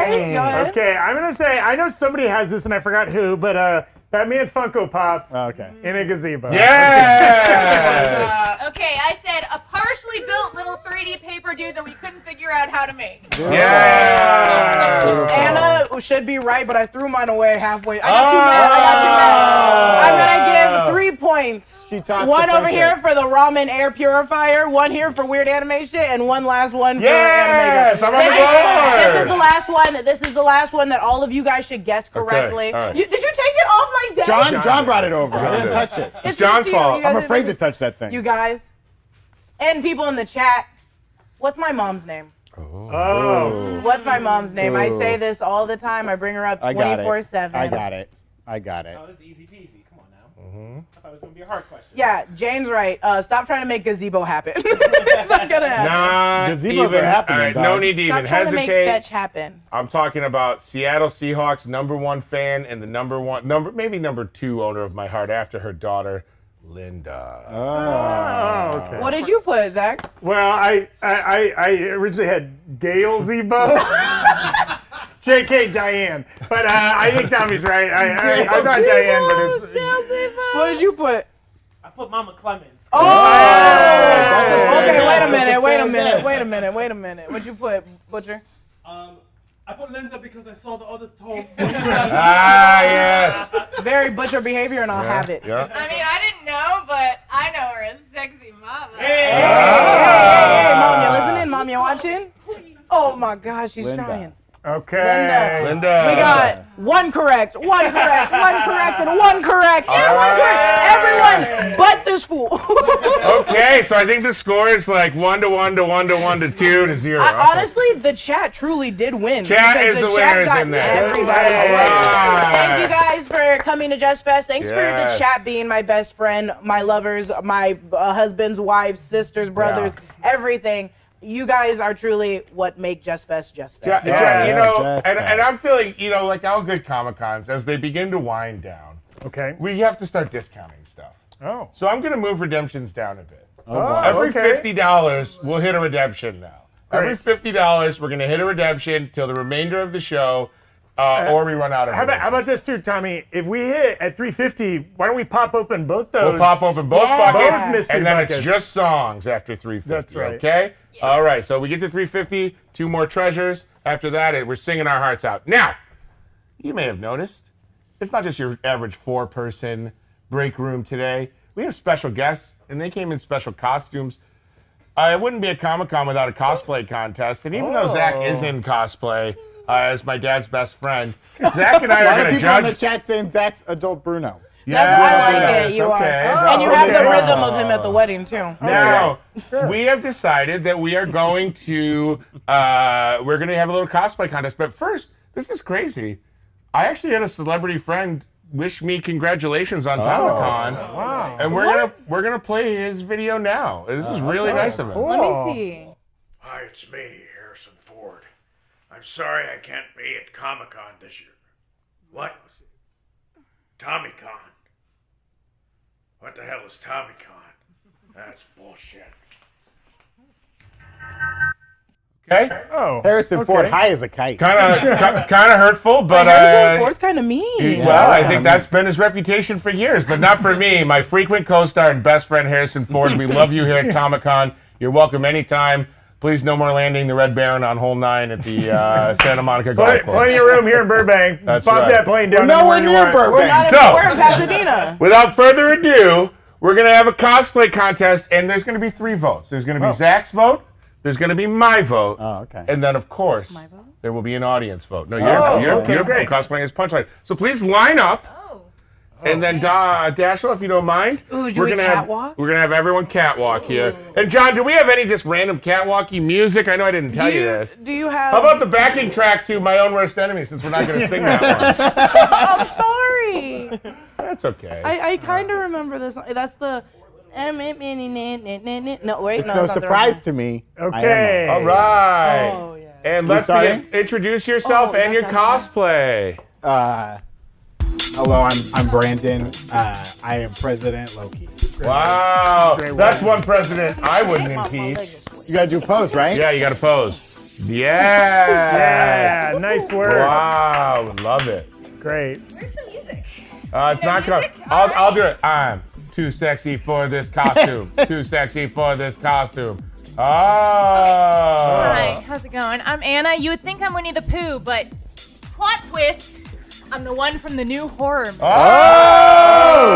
Speaker 3: ahead.
Speaker 4: Okay, I'm gonna say I know somebody has this and I forgot who, but uh, Batman Funko Pop
Speaker 1: Uh,
Speaker 2: okay.
Speaker 4: in a gazebo.
Speaker 1: Yes!
Speaker 5: Uh, Okay, I said a partially built little 3D paper dude that we couldn't figure out how to make.
Speaker 3: Anna should be right, but I threw mine away halfway. I got too
Speaker 2: Ah.
Speaker 3: mad. I got too mad. I'm gonna give three points.
Speaker 2: She tossed
Speaker 3: one
Speaker 2: the
Speaker 3: over
Speaker 2: punch
Speaker 3: here
Speaker 2: in.
Speaker 3: for the ramen air purifier, one here for weird animation, and one last one for
Speaker 1: Yes,
Speaker 3: animator.
Speaker 1: I'm on the
Speaker 3: this, is-
Speaker 1: board.
Speaker 3: this is the last one. This is the last one that all of you guys should guess correctly.
Speaker 2: all right.
Speaker 3: You- did you take it off my desk?
Speaker 2: John, John brought it over. I
Speaker 1: John
Speaker 2: didn't
Speaker 1: did.
Speaker 2: touch it.
Speaker 3: It's It's John's easier, fault. you guys
Speaker 2: I'm
Speaker 3: are
Speaker 2: afraid to
Speaker 3: busy.
Speaker 2: touch that thing.
Speaker 3: You guys, and people in the chat. What's my mom's name?
Speaker 2: oh.
Speaker 3: What's my mom's name? I
Speaker 2: Ooh.
Speaker 3: say this all the time. I bring her up
Speaker 2: I got it.
Speaker 3: 24 7.
Speaker 2: I got it. I got it.
Speaker 10: Oh, this is easy peasy. Come on now. I thought it was gonna be a hard question.
Speaker 3: Yeah, Jane's right. Uh, stop trying to make gazebo happen. it's not gonna happen.
Speaker 1: Not
Speaker 2: Gazebos
Speaker 1: even-
Speaker 2: are happening,
Speaker 1: All right,
Speaker 2: dog.
Speaker 1: no need to
Speaker 3: stop
Speaker 1: even
Speaker 3: trying
Speaker 1: hesitate.
Speaker 3: to make fetch happen.
Speaker 1: I'm talking about Seattle Seahawks number one fan and the number one number maybe number two owner of my heart after her daughter, Linda.
Speaker 2: Ah.
Speaker 4: Oh, okay.
Speaker 3: What did you put, Zach?
Speaker 4: Well, I I, I, I originally had Gail Zebo. JK Diane. But uh, I think Tommy's right. I, I, I thought Diane, but it's.
Speaker 3: What did you put?
Speaker 10: I put Mama Clemens.
Speaker 3: Oh!
Speaker 4: a fair
Speaker 3: okay, wait
Speaker 4: guess.
Speaker 3: a minute,
Speaker 4: That's a
Speaker 3: wait a
Speaker 4: fair
Speaker 3: minute,
Speaker 4: guess.
Speaker 3: wait a minute, wait a minute. What'd you put, Butcher?
Speaker 10: Um, I put Linda because I saw the other toe.
Speaker 1: ah yes.
Speaker 3: Very butcher behavior, and I'll
Speaker 1: Yeah,
Speaker 3: have it.
Speaker 1: yeah.
Speaker 5: I mean, I didn't know, but I know her as sexy mama.
Speaker 3: Hey,
Speaker 1: Ah.
Speaker 3: mom, you listening? Mom, you watching? Oh my gosh, she's
Speaker 2: Linda.
Speaker 3: trying.
Speaker 4: Okay.
Speaker 1: Linda.
Speaker 3: We got one correct, one correct, one correct, and one correct, and one correct. Everyone but this fool.
Speaker 1: Okay, so I think the score is like one to one to one to one to two to zero.
Speaker 3: I, honestly, the chat truly did win.
Speaker 1: Chat
Speaker 3: because
Speaker 1: is the
Speaker 3: chat
Speaker 1: winner is
Speaker 3: got
Speaker 1: in there.
Speaker 3: everybody.
Speaker 1: All right.
Speaker 3: Thank you guys for coming to Just Fest. Thanks for
Speaker 1: Yes.
Speaker 3: the chat being my best friend, my lovers, my uh, husbands, wives, sisters, brothers, everything. You guys are truly what make Just Fest Just
Speaker 1: Yeah,
Speaker 3: Fest.
Speaker 1: yeah,
Speaker 4: Yes,
Speaker 1: you know,
Speaker 2: yes,
Speaker 1: and, and
Speaker 2: yes.
Speaker 1: I'm feeling, you know, like all good Comic Cons, as they begin to wind down,
Speaker 4: Okay.
Speaker 1: we have to start discounting stuff.
Speaker 4: Oh.
Speaker 1: So I'm going to move redemptions down a bit.
Speaker 2: Oh, wow.
Speaker 1: Every
Speaker 4: okay.
Speaker 1: fifty dollars, we'll hit a redemption now. Every
Speaker 4: Great.
Speaker 1: fifty dollars, we're gonna hit a redemption till the remainder of the show, uh, or we run out of.
Speaker 4: How about, how about this too, Tommy? If we hit at 350, why don't we pop open both those?
Speaker 1: We'll pop open both
Speaker 3: Yeah.
Speaker 4: Both
Speaker 1: buckets,
Speaker 4: mystery
Speaker 1: and then it's
Speaker 4: buckets.
Speaker 1: just songs after 350.
Speaker 4: That's right.
Speaker 1: Okay. All right. So we get to 350, two more treasures. After that, it, we're singing our hearts out. Now, you may have noticed, it's not just your average four-person break room today. We have special guests, and they came in special costumes. Uh, it wouldn't be a Comic Con without a cosplay contest, and even though Zach
Speaker 4: Oh.
Speaker 1: is in cosplay uh, as my dad's best friend, Zach and I
Speaker 2: A lot
Speaker 1: are going to
Speaker 2: of people in the
Speaker 1: judge.
Speaker 2: chat saying Zach's adult Bruno.
Speaker 3: That's I like it.
Speaker 1: yes,
Speaker 3: You
Speaker 1: okay.
Speaker 3: are, and you have the
Speaker 1: Okay.
Speaker 3: rhythm of him at the wedding too.
Speaker 1: Now we have decided that we are going to uh, we're going to have a little cosplay contest. But first, this is crazy. I actually had a celebrity friend wish me congratulations on Comic Con,
Speaker 4: Oh. Wow.
Speaker 1: and we're gonna we're gonna play his video now. This is really nice of him.
Speaker 4: Oh. Cool.
Speaker 3: Let me see.
Speaker 15: Hi, it's me, Harrison Ford. I'm sorry I can't be at Comic Con this year. What? Tommy Con? What the hell is Tommy Con? That's bullshit.
Speaker 1: Okay,
Speaker 4: Oh.
Speaker 2: Harrison Ford
Speaker 4: okay.
Speaker 2: high as a kite.
Speaker 1: kind of kind of hurtful, but
Speaker 3: Harrison
Speaker 1: uh,
Speaker 3: Ford's kind of mean.
Speaker 2: Yeah.
Speaker 1: Well, I
Speaker 2: Yeah.
Speaker 1: think that's been his reputation for years, but not for me. My frequent co-star and best friend Harrison Ford. We love you here at Comic Con. You're welcome anytime. Please, no more landing the Red Baron on hole nine at the uh, Santa Monica Golf
Speaker 4: Pl-
Speaker 1: Course.
Speaker 4: Plenty of room here in Burbank.
Speaker 1: That's
Speaker 4: pop
Speaker 1: right.
Speaker 4: that plane down.
Speaker 2: We're nowhere
Speaker 4: anywhere you
Speaker 2: near
Speaker 4: want.
Speaker 2: Burbank.
Speaker 3: We're not.
Speaker 1: So-
Speaker 3: we're in Pasadena.
Speaker 1: Without further ado, we're gonna have a cosplay contest, and there's gonna be three votes. There's gonna be Zach's vote. There's gonna be my vote.
Speaker 2: Oh, okay.
Speaker 1: And then, of course,
Speaker 3: My vote?
Speaker 1: there will be an audience vote. No, you're,
Speaker 4: Oh,
Speaker 1: you're,
Speaker 4: okay,
Speaker 1: you're
Speaker 4: great.
Speaker 1: cosplaying as Punchline. So please line up.
Speaker 5: Oh.
Speaker 1: And then da- Dashiell, if you don't mind,
Speaker 3: Ooh, do we catwalk?
Speaker 1: have we're gonna have everyone catwalk here. And John, do we have any just random catwalky music? I know I didn't tell
Speaker 3: do
Speaker 1: you,
Speaker 3: you,
Speaker 1: this.
Speaker 3: do you have?
Speaker 1: How about the backing track to My Own Worst Enemy? Since we're not gonna sing that one,
Speaker 3: I'm Oh, sorry.
Speaker 1: that's okay.
Speaker 3: I, I kind of remember this. That's the. No, wait, no.
Speaker 2: It's no surprise to me. I am
Speaker 4: Okay.
Speaker 2: not.
Speaker 1: All right.
Speaker 3: Oh, yeah.
Speaker 1: And let's
Speaker 2: starting?
Speaker 1: begin. introduce yourself
Speaker 3: Oh, yes,
Speaker 1: and your
Speaker 3: that's
Speaker 1: cosplay.
Speaker 2: Uh, hello, I'm I'm Brandon. Uh, I am President Loki.
Speaker 1: Wow,
Speaker 4: Great
Speaker 1: that's
Speaker 4: work.
Speaker 1: one president I wouldn't impeach.
Speaker 2: You gotta do pose, right?
Speaker 1: Yeah, you gotta pose. Yeah.
Speaker 4: Yeah, nice work.
Speaker 1: Wow, love it.
Speaker 4: Great.
Speaker 5: Where's the music?
Speaker 1: Uh, it's
Speaker 5: Is there
Speaker 1: not coming.
Speaker 5: music?
Speaker 1: I'll,
Speaker 5: All
Speaker 1: I'll do it. I'm too sexy for this costume. too sexy for this costume. Oh. Uh.
Speaker 5: Hi, how's it going? I'm Anna. You would think I'm Winnie the Pooh, but plot twist, I'm the one from the new horror. movie.
Speaker 1: Oh!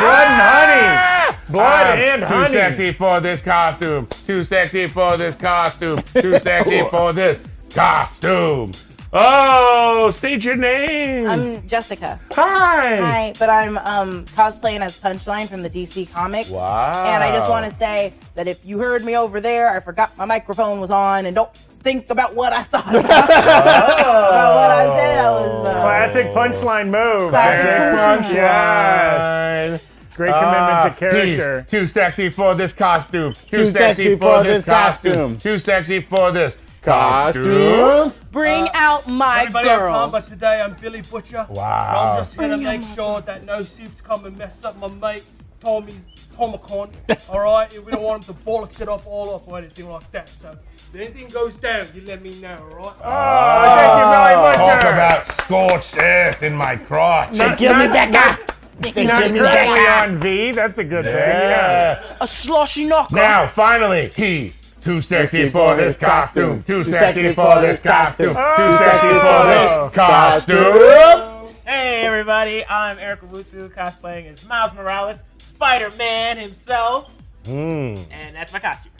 Speaker 4: Blood and honey. Blood
Speaker 1: Ah! I'm
Speaker 4: and honey.
Speaker 1: Too sexy for this costume. Too sexy for this costume. Too sexy for this costume. Oh, state your name.
Speaker 3: I'm Jessica.
Speaker 1: Hmm. Hi.
Speaker 3: Hi. But I'm um, cosplaying as Punchline from the DC Comics.
Speaker 1: Wow.
Speaker 3: And I just want to say that if you heard me over there, I forgot my microphone was on, and don't think about what I thought. about what I said. I was. Uh,
Speaker 1: Oh.
Speaker 4: Classic punchline move.
Speaker 3: Classic
Speaker 4: Very-
Speaker 1: punchline.
Speaker 4: Yes. Great commitment
Speaker 1: Ah,
Speaker 4: to character.
Speaker 1: please, Too sexy for this costume. Too,
Speaker 4: Too
Speaker 1: sexy,
Speaker 4: sexy
Speaker 1: for
Speaker 4: for
Speaker 1: this
Speaker 4: this
Speaker 1: costume.
Speaker 4: costume.
Speaker 1: Too sexy for this
Speaker 2: Costume.
Speaker 3: Bring
Speaker 1: Uh,
Speaker 3: out my
Speaker 16: Everybody, I'm
Speaker 3: girls.
Speaker 16: Palmer today. I'm Billy Butcher.
Speaker 1: Wow.
Speaker 16: I'm just gonna make sure that no soups come and mess up my mate Tommy's Tomacon. all right, we don't want him to bollock it up all off or anything like that. So if anything goes down, you let me know. All right.
Speaker 4: Ah,
Speaker 1: Oh, Talk about scorched earth in my crotch.
Speaker 4: Not- not- not- not directly on V. That's a good
Speaker 1: Yeah.
Speaker 4: thing.
Speaker 3: A sloshy knockoff.
Speaker 1: Now, finally, he's too sexy for this costume. Too sexy for this costume. Too sexy for this costume.
Speaker 10: Hey everybody, I'm Eric Awusu, cosplaying as Miles Morales, Spider-Man himself,
Speaker 1: Mm.
Speaker 10: and that's my costume.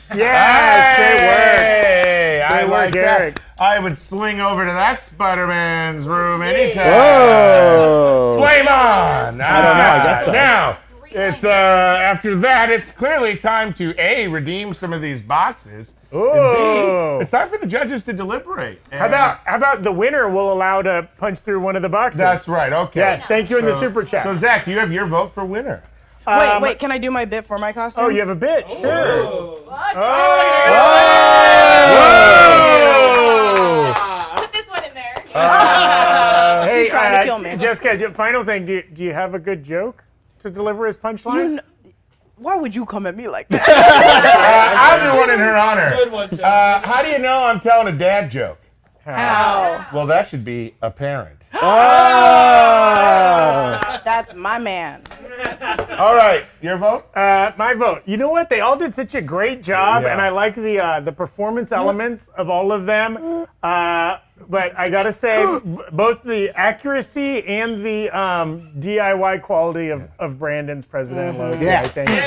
Speaker 1: Hey,
Speaker 10: Good
Speaker 1: I
Speaker 10: work,
Speaker 1: like
Speaker 10: Eric.
Speaker 1: that. I would sling over to that Spider-Man's room anytime.
Speaker 2: Whoa.
Speaker 1: Flame on!
Speaker 2: I don't know, I
Speaker 1: Ah,
Speaker 2: guess so.
Speaker 1: Now, it's uh, after that, it's clearly time to A, redeem some of these boxes.
Speaker 4: Ooh.
Speaker 1: And B, it's time for the judges to deliberate.
Speaker 4: How about how about the winner will allow to punch through one of the boxes?
Speaker 1: That's right, okay.
Speaker 4: Yes, thank you in the
Speaker 1: So-
Speaker 4: super chat.
Speaker 1: So, Zach, do you have your vote for winner?
Speaker 3: wait,
Speaker 4: um,
Speaker 3: wait. Can I do my bit for my costume?
Speaker 4: Oh, you have a bit. Sure.
Speaker 1: Oh.
Speaker 5: Put this one in there.
Speaker 4: Uh,
Speaker 3: She's
Speaker 4: hey,
Speaker 3: trying to
Speaker 4: uh,
Speaker 3: kill me.
Speaker 4: Jessica, ju- final thing. Do you, do you have a good joke to deliver as punchline?
Speaker 3: Why would you come at me like that?
Speaker 1: I'll do one in her honor. Uh, how do you know I'm telling a dad joke?
Speaker 3: How?
Speaker 1: Well, that should be apparent.
Speaker 3: That's my man.
Speaker 1: All right, your vote.
Speaker 4: Uh, my vote. You know what? They all did such a great job,
Speaker 1: Yeah.
Speaker 4: and I like the uh, the performance elements of all of them. Uh, but I gotta say, b- both the accuracy and the um, DIY quality of, of Brandon's President
Speaker 3: Mm-hmm.
Speaker 4: Logan.
Speaker 1: Yeah.
Speaker 4: I think.
Speaker 1: Yeah.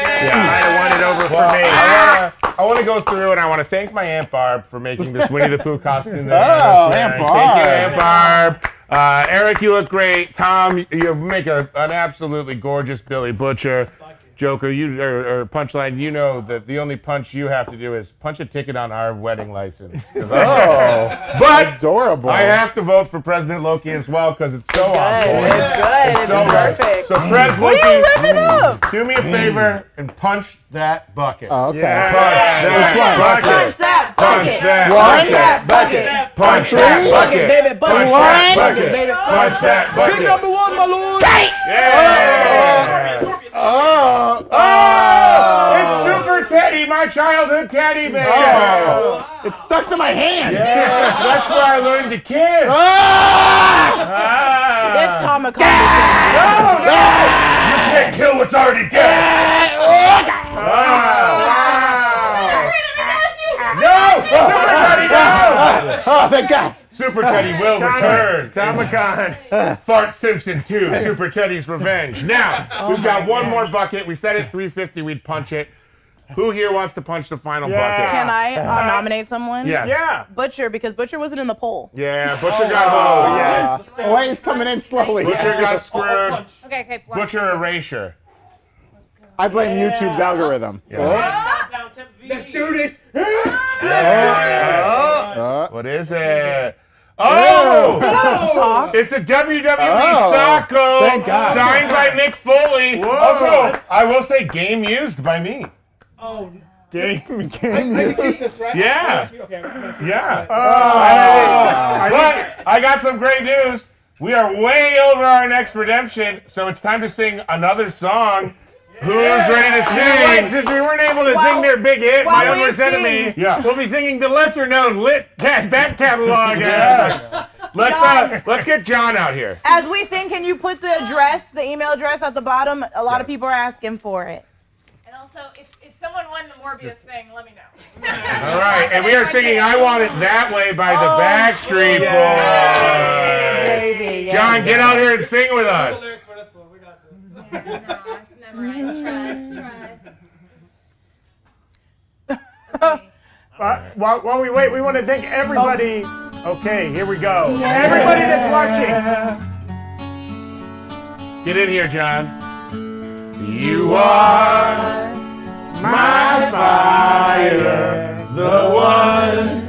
Speaker 4: might have won it over
Speaker 1: Well,
Speaker 4: for me.
Speaker 1: I wanna- I want to go through and I want to thank my Aunt Barb for making this Winnie the Pooh costume. that
Speaker 2: Oh,
Speaker 1: I'm
Speaker 2: Aunt
Speaker 1: wearing. Thank you,
Speaker 2: Barb.
Speaker 1: Aunt Barb. Uh, Eric, you look great. Tom, you make a, an absolutely gorgeous Billy Butcher. Joker, you or, or punchline, you know that the only punch you have to do is punch a ticket on our wedding license.
Speaker 2: Oh,
Speaker 1: but
Speaker 2: adorable.
Speaker 1: I have to vote for President Loki as well because it's so on
Speaker 3: Good.
Speaker 1: point.
Speaker 3: It's good. It's
Speaker 1: so right.
Speaker 3: perfect.
Speaker 1: So President
Speaker 3: What are you
Speaker 1: Loki,
Speaker 3: ripping up?
Speaker 1: do me a favor and punch that bucket.
Speaker 2: Oh, okay.
Speaker 1: Punch
Speaker 2: Yeah. Which one?
Speaker 1: that bucket.
Speaker 3: Punch that bucket.
Speaker 1: Punch that bucket. bucket.
Speaker 2: Punch that
Speaker 1: Punch that
Speaker 2: Three.
Speaker 1: bucket.
Speaker 3: Bucket, baby,
Speaker 1: Punch
Speaker 3: bucket.
Speaker 1: that
Speaker 3: One.
Speaker 1: bucket.
Speaker 3: Baby,
Speaker 1: Punch that bucket.
Speaker 3: Pick number one, my lord.
Speaker 1: Yeah.
Speaker 2: Oh,
Speaker 1: Oh, it's Super Teddy, my childhood teddy bear.
Speaker 2: Oh. it's stuck to my hand.
Speaker 1: Yes, that's where I learned to kiss. Ah.
Speaker 3: This time I come.
Speaker 1: No, no. You can't kill what's already dead. Wow. No, Super Teddy, no.
Speaker 2: Oh, thank God.
Speaker 1: Super Teddy will return.
Speaker 4: Tomicon.
Speaker 1: Fart Simpson 2, Super Teddy's Revenge. Now, we've got one more bucket. We said at 350 we'd punch it. Who here wants to punch the final
Speaker 4: Yeah.
Speaker 1: bucket?
Speaker 3: Can I uh, nominate someone?
Speaker 1: Yes.
Speaker 4: Yeah.
Speaker 3: Butcher, because Butcher wasn't in the poll.
Speaker 1: Yeah, Butcher got oh, yeah.
Speaker 2: Oh, wait, he's coming in slowly.
Speaker 1: Butcher got screwed.
Speaker 5: Okay, okay. one.
Speaker 1: Butcher erasure.
Speaker 2: I blame YouTube's algorithm. Uh,
Speaker 1: Yeah.
Speaker 10: Let's
Speaker 1: do this.
Speaker 2: Oh.
Speaker 1: What is it? Oh! It's a WWE
Speaker 4: E
Speaker 2: Oh,
Speaker 1: Socko
Speaker 2: thank God.
Speaker 1: signed by Mick Foley.
Speaker 4: Whoa.
Speaker 1: Also, I will say game used by me.
Speaker 16: Oh, no.
Speaker 4: Game,
Speaker 16: I can
Speaker 4: game.
Speaker 16: keep this, right?
Speaker 1: Yeah.
Speaker 16: Okay, okay.
Speaker 2: Oh.
Speaker 1: Yeah.
Speaker 4: I-
Speaker 1: but I got some great news. We are way over our next redemption, so it's time to sing another song. Who's ready to
Speaker 4: Yeah,
Speaker 1: sing?
Speaker 4: right, since we weren't able to
Speaker 1: While-
Speaker 4: sing their big hit,
Speaker 1: while
Speaker 4: My
Speaker 1: we
Speaker 4: Worst
Speaker 1: sing.
Speaker 4: Enemy,
Speaker 1: Yeah.
Speaker 4: we'll be singing the lesser known lit cat back catalog.
Speaker 1: Yes. Let's uh,
Speaker 3: John.
Speaker 1: let's get John out here.
Speaker 3: As we sing, can you put the address, the email address at the bottom? A lot of people are asking for it.
Speaker 5: And also, if, if someone won the Morbius thing, let me know.
Speaker 1: All right, and we are singing "I Want It That Way" by the
Speaker 4: Oh,
Speaker 1: Backstreet Boys.
Speaker 3: Baby,
Speaker 1: John, get out here and sing with us.
Speaker 5: Memorize, trust, trust.
Speaker 4: Uh, while, while we wait, we want to thank everybody. Okay, here we go. Everybody that's watching.
Speaker 1: Get in here, John. You are my fire, the one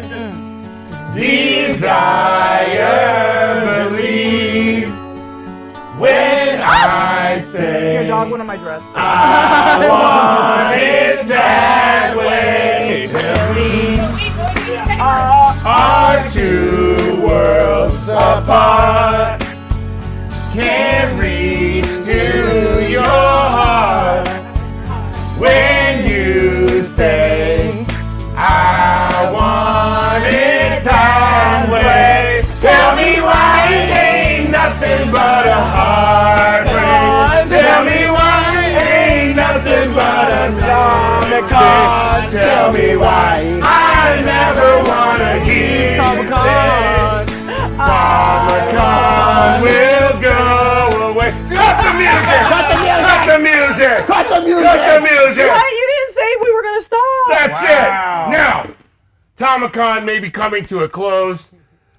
Speaker 1: desire. Believe when
Speaker 4: Ah!
Speaker 1: I say.
Speaker 3: Your dog went on my dress.
Speaker 1: I want it that way to me. Our two worlds apart can reach to your heart when you say, I want it that way. Tell me why it ain't nothing but a heartbreak. Tell me why it ain't nothing but a Comic-Con. Tell me why I never wanna hear Comic-Con. Comic-Con will go away. Cut the music! Cut the music! Cut the music! Cut the music! Cut the music!
Speaker 3: Why you didn't say we were gonna stop?
Speaker 1: That's it. Now, Tomicon may be coming to a close,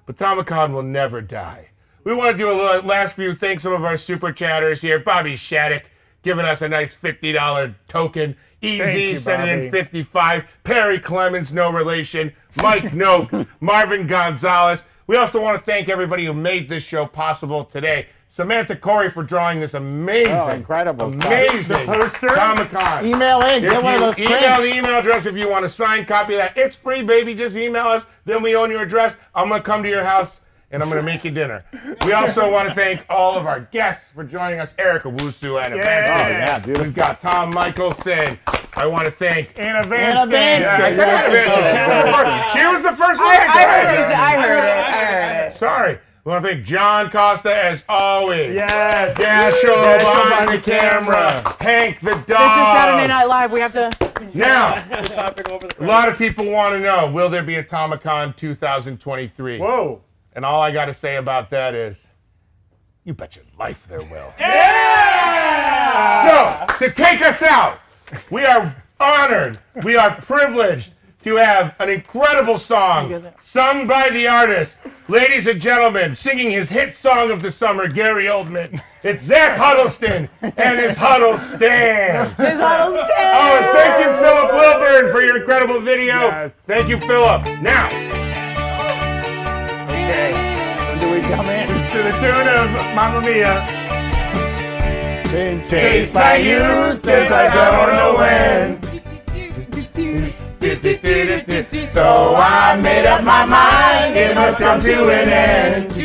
Speaker 1: but Tomicon will never die. We want to do a little last few things. Some of our super chatters here. Bobby Shattuck giving us a nice $50 token.
Speaker 4: Thank
Speaker 1: Easy
Speaker 4: you,
Speaker 1: sending in
Speaker 4: Bobby.
Speaker 1: 55. Perry Clemens, no relation. Mike Noak, Marvin Gonzalez. We also want to thank everybody who made this show possible today. Samantha Corey for drawing this amazing,
Speaker 2: Oh, incredible stuff.
Speaker 1: amazing
Speaker 2: The poster?
Speaker 1: Comic Con.
Speaker 2: Email in, get one of those
Speaker 1: Email
Speaker 2: prints.
Speaker 1: the email address if you want to sign copy of that. It's free, baby. Just email us. Then we own your address. I'm gonna come to your house and I'm gonna make you dinner. We also want to thank all of our guests for joining us. Erica Wusu and
Speaker 4: Yeah.
Speaker 1: Van
Speaker 4: Oh, yeah,
Speaker 1: We've got Tom Michelson. I want to thank
Speaker 4: Anna Van
Speaker 1: Yeah, I said Anna Vanston. She was the first one.
Speaker 3: I- I
Speaker 1: to
Speaker 3: heard
Speaker 1: say
Speaker 3: you say- I heard it. I heard it.
Speaker 1: Sorry. We want to thank John Costa as always.
Speaker 4: Yes.
Speaker 1: Dasho
Speaker 4: Dasho
Speaker 1: behind the camera. Hank the dog.
Speaker 3: This is Saturday Night Live. We have to.
Speaker 1: Now, a lot of people want to know, will there be Atomicon 2023?
Speaker 4: Whoa.
Speaker 1: And all I got to say about that is, you bet your life there will. So, to take us out, we are honored, we are privileged to have an incredible song sung by the artist. Ladies and gentlemen, singing his hit song of the summer, Gary Oldman. It's Zach Huddleston and his Huddle Stands.
Speaker 3: His Huddle Stands.
Speaker 1: Oh, and thank you, Philip Wilburn, for your incredible video. Thank you, Philip. Now,
Speaker 4: Okay. When do we come in? To the tune of Mamma Mia.
Speaker 2: Been
Speaker 4: Chased by you since I don't know when.
Speaker 2: So I made up my mind,
Speaker 1: it must come to an end.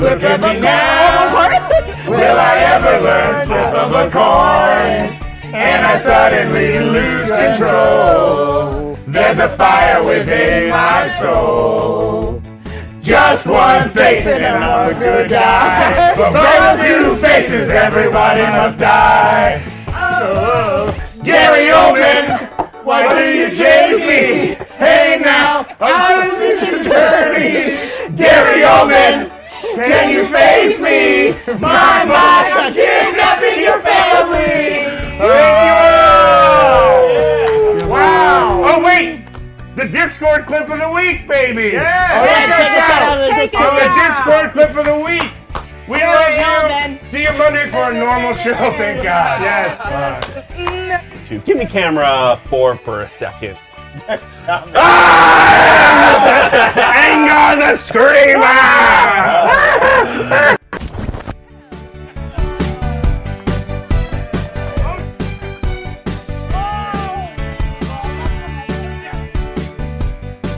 Speaker 2: Look at me now.
Speaker 1: Will I ever learn flip of a coin? And I suddenly lose control. There's a fire within my soul. Just one face and I'm a good guy. But those two faces, everybody must die. Gary Oldman, why do you chase me? Hey now, I'm just attorney. Gary Oldman, can you face me? My mind, I'm kidnapping your family. Wow. wow. Oh, wait. The Discord clip of the week, baby.
Speaker 4: Yes.
Speaker 1: Oh,
Speaker 4: Yes,
Speaker 1: check
Speaker 4: take
Speaker 1: us
Speaker 4: us
Speaker 1: out.
Speaker 4: out of the Take Discord. us
Speaker 1: On the Discord
Speaker 4: out.
Speaker 1: clip of the week. We love you. See you Monday for a normal show, thank God. Yes.
Speaker 3: Mm.
Speaker 17: Two. Give me camera four for a second.
Speaker 1: Anger the screamer!
Speaker 3: We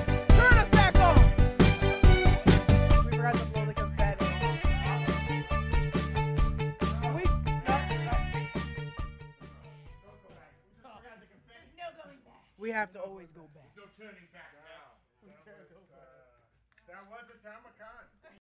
Speaker 3: forgot to blow the confetti. Are we? No. We have to always go back.
Speaker 15: There's
Speaker 1: uh,
Speaker 15: no turning back now. That was, uh, that was a time of con.